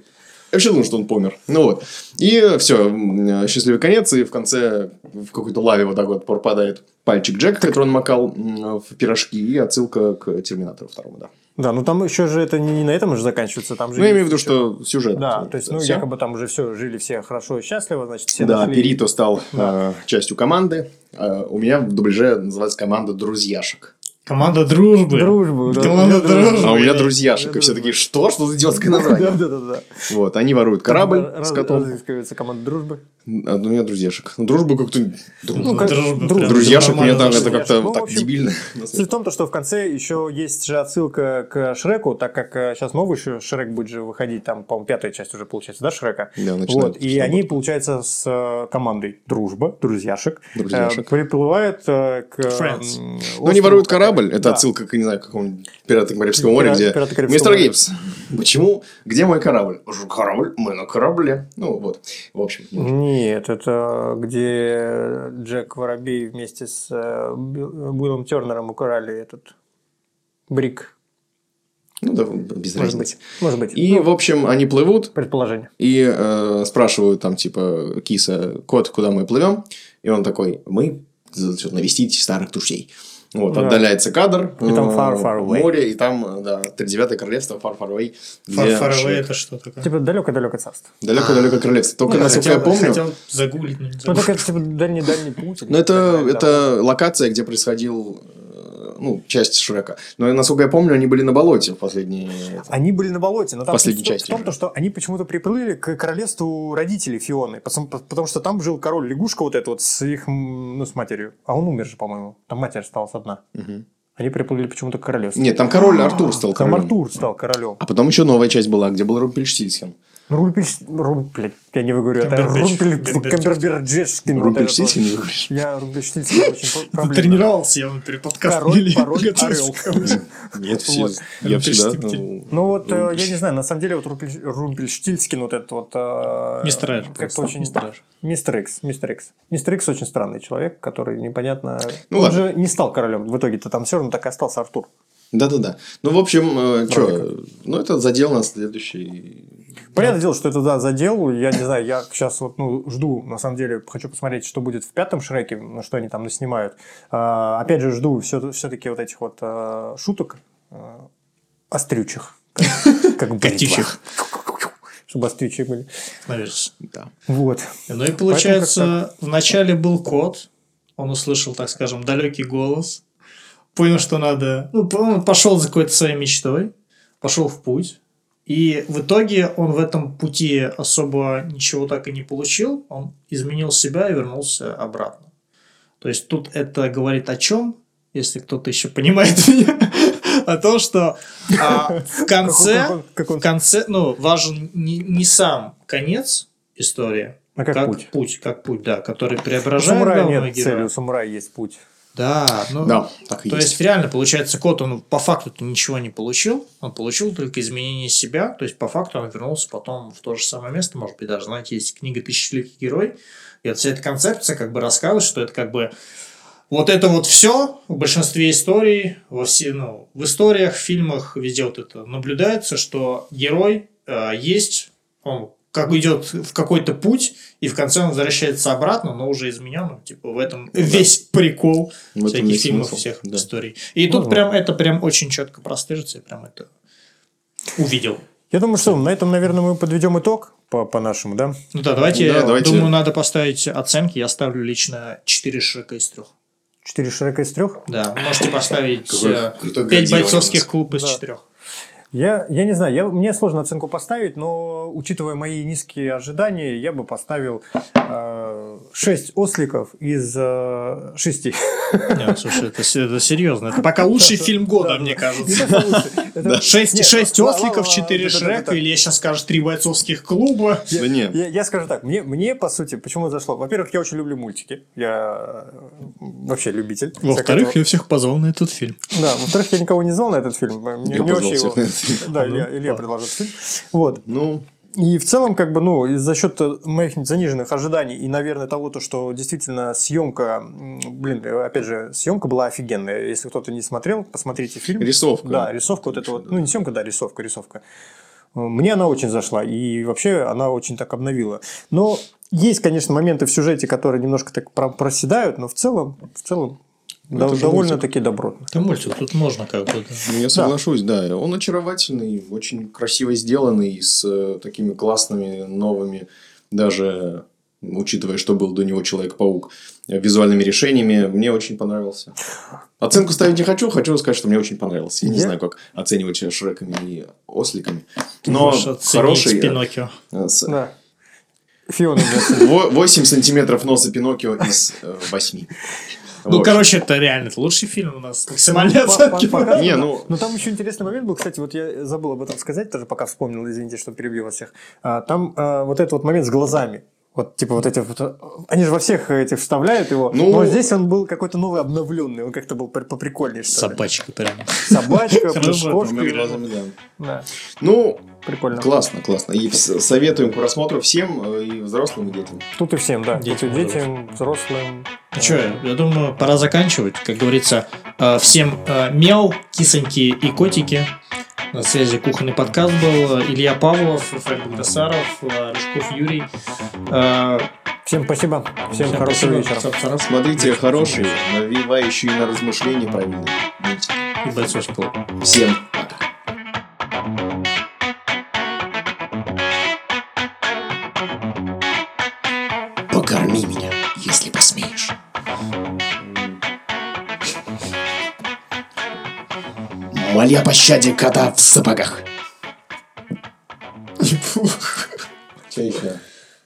Speaker 3: Я вообще думал, что он помер. Ну вот. И все, э, счастливый конец, и в конце в какой-то лаве вот так вот пропадает пальчик Джека, который он макал м, в пирожки, и отсылка к Терминатору второму, да.
Speaker 1: Да, ну там еще же это не не на этом же заканчивается. Там же
Speaker 3: Ну, я
Speaker 1: есть
Speaker 3: имею в виду,
Speaker 1: еще-
Speaker 3: что сюжет.
Speaker 1: Да, то есть, ну,
Speaker 3: Всё.
Speaker 1: якобы там уже все, жили все хорошо и счастливо, значит, все
Speaker 3: да,
Speaker 1: нашли-
Speaker 3: Перито стал э, частью команды. Э, у меня в дубляже называется команда друзьяшек.
Speaker 2: Команда дружбы.
Speaker 1: Дружбу, да.
Speaker 2: Команда дружбы.
Speaker 3: А у меня
Speaker 2: Блин.
Speaker 3: друзьяшек. И все такие, что? Что за идиотское название?
Speaker 1: Да-да-да.
Speaker 3: Вот, они воруют корабль
Speaker 1: Раз-
Speaker 3: с котом.
Speaker 1: Разыскивается команда дружбы.
Speaker 3: А, ну, у меня друзьяшек. Ну, дружба как-то...
Speaker 1: Ну, как-
Speaker 2: Дружба,
Speaker 1: друг-
Speaker 2: прям
Speaker 3: Друзьяшек у меня
Speaker 2: нормально
Speaker 3: там это
Speaker 2: звучит.
Speaker 3: как-то
Speaker 1: Ну, в
Speaker 3: так
Speaker 1: общем,
Speaker 3: дебильно.
Speaker 1: Суть в том, то, что в конце еще есть же отсылка к Шреку, так как сейчас новый еще Шрек будет же выходить, там, по-моему, пятая часть уже получается, да, Шрека?
Speaker 3: Да,
Speaker 1: Вот,
Speaker 3: начинают
Speaker 1: и
Speaker 3: что-то.
Speaker 1: они, получается, с э, командой Дружба, Друзьяшек, э,
Speaker 3: Друзьяшек.
Speaker 1: приплывают э, к...
Speaker 2: Friends.
Speaker 3: Ну, они воруют корабль.
Speaker 1: Да.
Speaker 3: Это отсылка к, не знаю, к какому-нибудь «Пиратам Карибского моря»,
Speaker 1: Пираты-
Speaker 3: где...
Speaker 1: «Пираты Карибского
Speaker 3: Мистер
Speaker 1: моря».
Speaker 3: Гейбс, почему? Где мой корабль? «Ж- Корабль? Мы на корабле. Ну, вот. В общем, ну,
Speaker 1: Нет, это где Джек Воробей вместе с э, Бил- Уиллом Тернером украли этот брик.
Speaker 3: ну, да, без
Speaker 1: Может
Speaker 3: разницы.
Speaker 1: быть. Может быть.
Speaker 3: И, в общем, они плывут,
Speaker 1: Предположение.
Speaker 3: И э, спрашивают там, типа, киса, кот, куда мы плывем? И он такой, мы значит, навестить старых друзей. Вот,
Speaker 1: Да.
Speaker 3: отдаляется кадр.
Speaker 1: И там
Speaker 3: э,
Speaker 1: far, far away.
Speaker 3: Море, и там, да, 39-е королевство, Far Far Away.
Speaker 2: Фар-
Speaker 3: где
Speaker 2: Фаровей
Speaker 3: Шрек.
Speaker 2: это что такое?
Speaker 1: Типа далеко-далеко царство.
Speaker 3: Далеко-далеко королевство. Только,
Speaker 2: Ну,
Speaker 3: насколько
Speaker 2: хотел-
Speaker 3: я помню...
Speaker 2: Хотел загуглить, но не
Speaker 1: Ну,
Speaker 2: загуглил.
Speaker 1: так это типа дальний-дальний путь.
Speaker 3: Ну, это,
Speaker 1: Да.
Speaker 3: это локация, где происходил э, ну, часть Шрека. Но, насколько я помню, они были на болоте в последние...
Speaker 1: Они были на болоте, но там
Speaker 3: Последней
Speaker 1: суть в-
Speaker 3: части
Speaker 1: в том,
Speaker 3: уже.
Speaker 1: то, что они почему-то приплыли к королевству родителей Фионы, потому, потому что там жил король лягушка вот эта вот с их, м, ну, с матерью. А он умер же, по-моему. Там мать осталась одна.
Speaker 3: Мгм.
Speaker 1: Они приплыли почему-то к королевству.
Speaker 3: Нет, там король Артур стал
Speaker 1: А, Там
Speaker 3: королем.
Speaker 1: Артур стал королем.
Speaker 3: А потом еще новая часть была, где был Румпельштильсхен.
Speaker 1: Румпельш... Румп- ну, блядь, я не выговорю, это
Speaker 2: Камбербэтч.
Speaker 1: Румпель... Камберберджешкин. вот этот вот.
Speaker 3: Румпельштильсхен, не говоришь?
Speaker 1: ну, Я Румпельштильцин очень по- проблемно.
Speaker 2: Тренировался явно перед подкастом.
Speaker 1: Король,
Speaker 2: Или
Speaker 1: пароль,
Speaker 2: готовился
Speaker 1: орел.
Speaker 2: к кому-то.
Speaker 3: Нет, все,
Speaker 1: Вот.
Speaker 3: я всегда...
Speaker 2: Румпельштильцхен.
Speaker 3: ну,
Speaker 1: Ну вот, э, я не знаю, на самом деле вот Румпель- Румпельштильцкин ну, вот этот вот... э,
Speaker 2: Мистер Р
Speaker 1: Как-то
Speaker 2: просто,
Speaker 1: очень...
Speaker 2: мистер Р.
Speaker 1: Мистер Икс, мистер Икс. Мистер Икс очень странный человек, который непонятно...
Speaker 3: Ну
Speaker 1: Он
Speaker 3: ладно.
Speaker 1: же не стал королем в итоге-то, там все равно так и остался Артур.
Speaker 3: Да-да-да. Ну, в общем,
Speaker 1: Ролика.
Speaker 3: что, ну, это задел нас следующий...
Speaker 1: Понятное дело, что это, да, задел. Я не знаю, я сейчас вот, ну, жду, на самом деле, хочу посмотреть, что будет в пятом Шреке, ну, что они там наснимают. А, опять же, жду все, все-таки вот этих вот а, шуток а, острючих. Как, как бритва.
Speaker 2: Котичих.
Speaker 1: Чтобы острючие были.
Speaker 2: Наверное.
Speaker 3: Да.
Speaker 1: Вот.
Speaker 2: Ну и получается, вначале был кот, он услышал, так скажем, далекий голос, понял, что надо... Ну, он пошел за какой-то своей мечтой, пошел в путь. И в итоге он в этом пути особо ничего так и не получил. Он изменил себя и вернулся обратно. То есть тут это говорит о чем, если кто-то еще понимает меня, о том, что а, в
Speaker 1: Как
Speaker 2: конце,
Speaker 1: он- как он-
Speaker 2: в конце, ну, важен не, не сам конец истории,
Speaker 1: А как путь?
Speaker 2: как путь, да, который
Speaker 1: У
Speaker 2: преображает
Speaker 1: самурая
Speaker 2: главного
Speaker 1: нет
Speaker 2: героя.
Speaker 1: цели, у самурая есть путь.
Speaker 2: Да, ну,
Speaker 3: Да, так и
Speaker 2: то
Speaker 3: есть.
Speaker 2: есть, реально, получается, кот, он по факту ничего не получил, он получил только изменение себя, то есть, по факту он вернулся потом в то же самое место, может быть, даже, знаете, есть книга «Тысячеликий герой», и вот вся эта концепция как бы рассказывает, что это как бы вот это вот все в большинстве историй, во все, ну, в историях, в фильмах, везде вот это наблюдается, что герой э, есть, он как бы идет в какой-то путь, и в конце он возвращается обратно, но уже измененным. Типа в этом весь прикол
Speaker 3: В этом
Speaker 2: всяких
Speaker 3: есть
Speaker 2: фильмов,
Speaker 3: смысл.
Speaker 2: всех
Speaker 3: Да.
Speaker 2: историй. И
Speaker 1: Ну,
Speaker 2: тут прям это прям очень четко простыжится, я прям это увидел.
Speaker 1: Я думаю, что на этом, наверное, мы подведем итог по- по-нашему, да?
Speaker 2: Ну да, давайте,
Speaker 3: Да, давайте.
Speaker 2: думаю, надо поставить оценки. Я ставлю лично 4 шика из 3.
Speaker 1: Четыре широка из трех.
Speaker 2: Да, можете поставить
Speaker 3: Какой
Speaker 2: э,
Speaker 3: крутой
Speaker 2: пять
Speaker 3: градиент.
Speaker 2: бойцовских клуб из
Speaker 1: Да.
Speaker 2: четырех.
Speaker 1: Я, я не знаю, я, мне сложно оценку поставить, но учитывая мои низкие ожидания, я бы поставил 6 осликов из э, 6.
Speaker 2: Нет, слушай, это, се- это серьезно. Это пока лучший фильм года, мне кажется. Шесть,
Speaker 1: Нет,
Speaker 2: шесть
Speaker 1: ла-
Speaker 2: осликов,
Speaker 1: ла-
Speaker 2: четыре
Speaker 1: да, да, да, да,
Speaker 2: Шрека,
Speaker 1: да.
Speaker 2: или я сейчас скажу три бойцовских клуба.
Speaker 3: Да нет.
Speaker 1: Я, я скажу так, мне, мне, по сути, почему зашло? Во-первых, я очень люблю мультики, я э, вообще любитель. всякого.
Speaker 2: я всех позвал на этот фильм.
Speaker 1: Да, во-вторых, я никого не звал на этот фильм, мне,
Speaker 3: Я
Speaker 1: мне
Speaker 3: позвал
Speaker 1: вообще
Speaker 3: всех
Speaker 1: его...
Speaker 3: на этот фильм.
Speaker 1: Да,
Speaker 2: Ну,
Speaker 1: Илья, Илья
Speaker 2: ладно.
Speaker 1: предложил этот фильм. Вот,
Speaker 3: Ну,
Speaker 1: И в целом, как бы, ну, и за счет э, моих заниженных ожиданий и, наверное, того, то, что действительно съемка, м, блин, э, опять же, съемка была офигенная. Если кто-то не смотрел, посмотрите фильм.
Speaker 3: рисовка.
Speaker 1: Да, рисовка вот эта вот, ну, не съемка, да, рисовка, рисовка. Э, Мне она очень зашла, и вообще она очень так обновила. Но есть, конечно, моменты в сюжете, которые немножко так про- проседают, но в целом, в целом,
Speaker 3: Ну,
Speaker 1: дов-
Speaker 3: это же
Speaker 1: довольно-таки добротно.
Speaker 2: Это мультик, тут можно как-то. да.
Speaker 3: Ну, Я соглашусь, да. Он очаровательный, очень красиво сделанный, с э, такими классными новыми, даже м, учитывая, что был до него Человек-паук, э, визуальными решениями. Мне очень понравился. Оценку ставить не хочу, хочу сказать, что мне очень понравился. Я не
Speaker 1: Я-
Speaker 3: знаю, как оценивать э, Шреками и Осликами. Но
Speaker 2: Можешь оценить
Speaker 3: хороший... э,
Speaker 2: Пиноккио.
Speaker 3: э, с-
Speaker 1: Да. Фиона, да.
Speaker 3: во- 8 сантиметров носа Пиноккио из э, 8.
Speaker 2: Ну, короче, это реально это лучший фильм у нас. Максимальные
Speaker 1: Ну, по-
Speaker 2: оценки.
Speaker 1: по- пока-
Speaker 3: Не, ну-
Speaker 1: Но там еще интересный момент был, кстати, вот я забыл об этом сказать, тоже пока вспомнил, извините, что перебью вас всех. А, Там а, вот этот вот момент с глазами. Вот, типа, вот эти вот... э, Они же во всех этих вставляют его,
Speaker 3: Ну-
Speaker 1: но здесь он был какой-то новый, обновленный, он как-то был пр- поприкольнее, что ли.
Speaker 2: Собачка прям.
Speaker 1: Собачка, плюс
Speaker 2: Хорошо,
Speaker 1: кошка. Да,
Speaker 3: Ну,
Speaker 1: прикольно.
Speaker 3: Классно, классно. И с- советуем к просмотру всем, э, и взрослым, и детям.
Speaker 1: Тут и всем, да. Тут и
Speaker 2: Детям,
Speaker 1: детям, взрослым.
Speaker 2: Ну что, я думаю, пора заканчивать. Как говорится, э, всем э, мяу, кисоньки и котики. На связи кухонный подкаст был. э, Илья Павлов, Рафаэль Багдасаров, э, Рыжков Юрий. Э,
Speaker 1: Всем спасибо. Всем
Speaker 2: всем
Speaker 1: хорошего
Speaker 2: спасибо.
Speaker 1: вечера.
Speaker 2: Сапсаров
Speaker 3: Смотрите хорошие, навевающие на размышления правильные. мультики.
Speaker 2: и бойцовский клуб.
Speaker 3: Всем пока. Покорми меня, если посмеешь. Моля о пощаде кота в сапогах.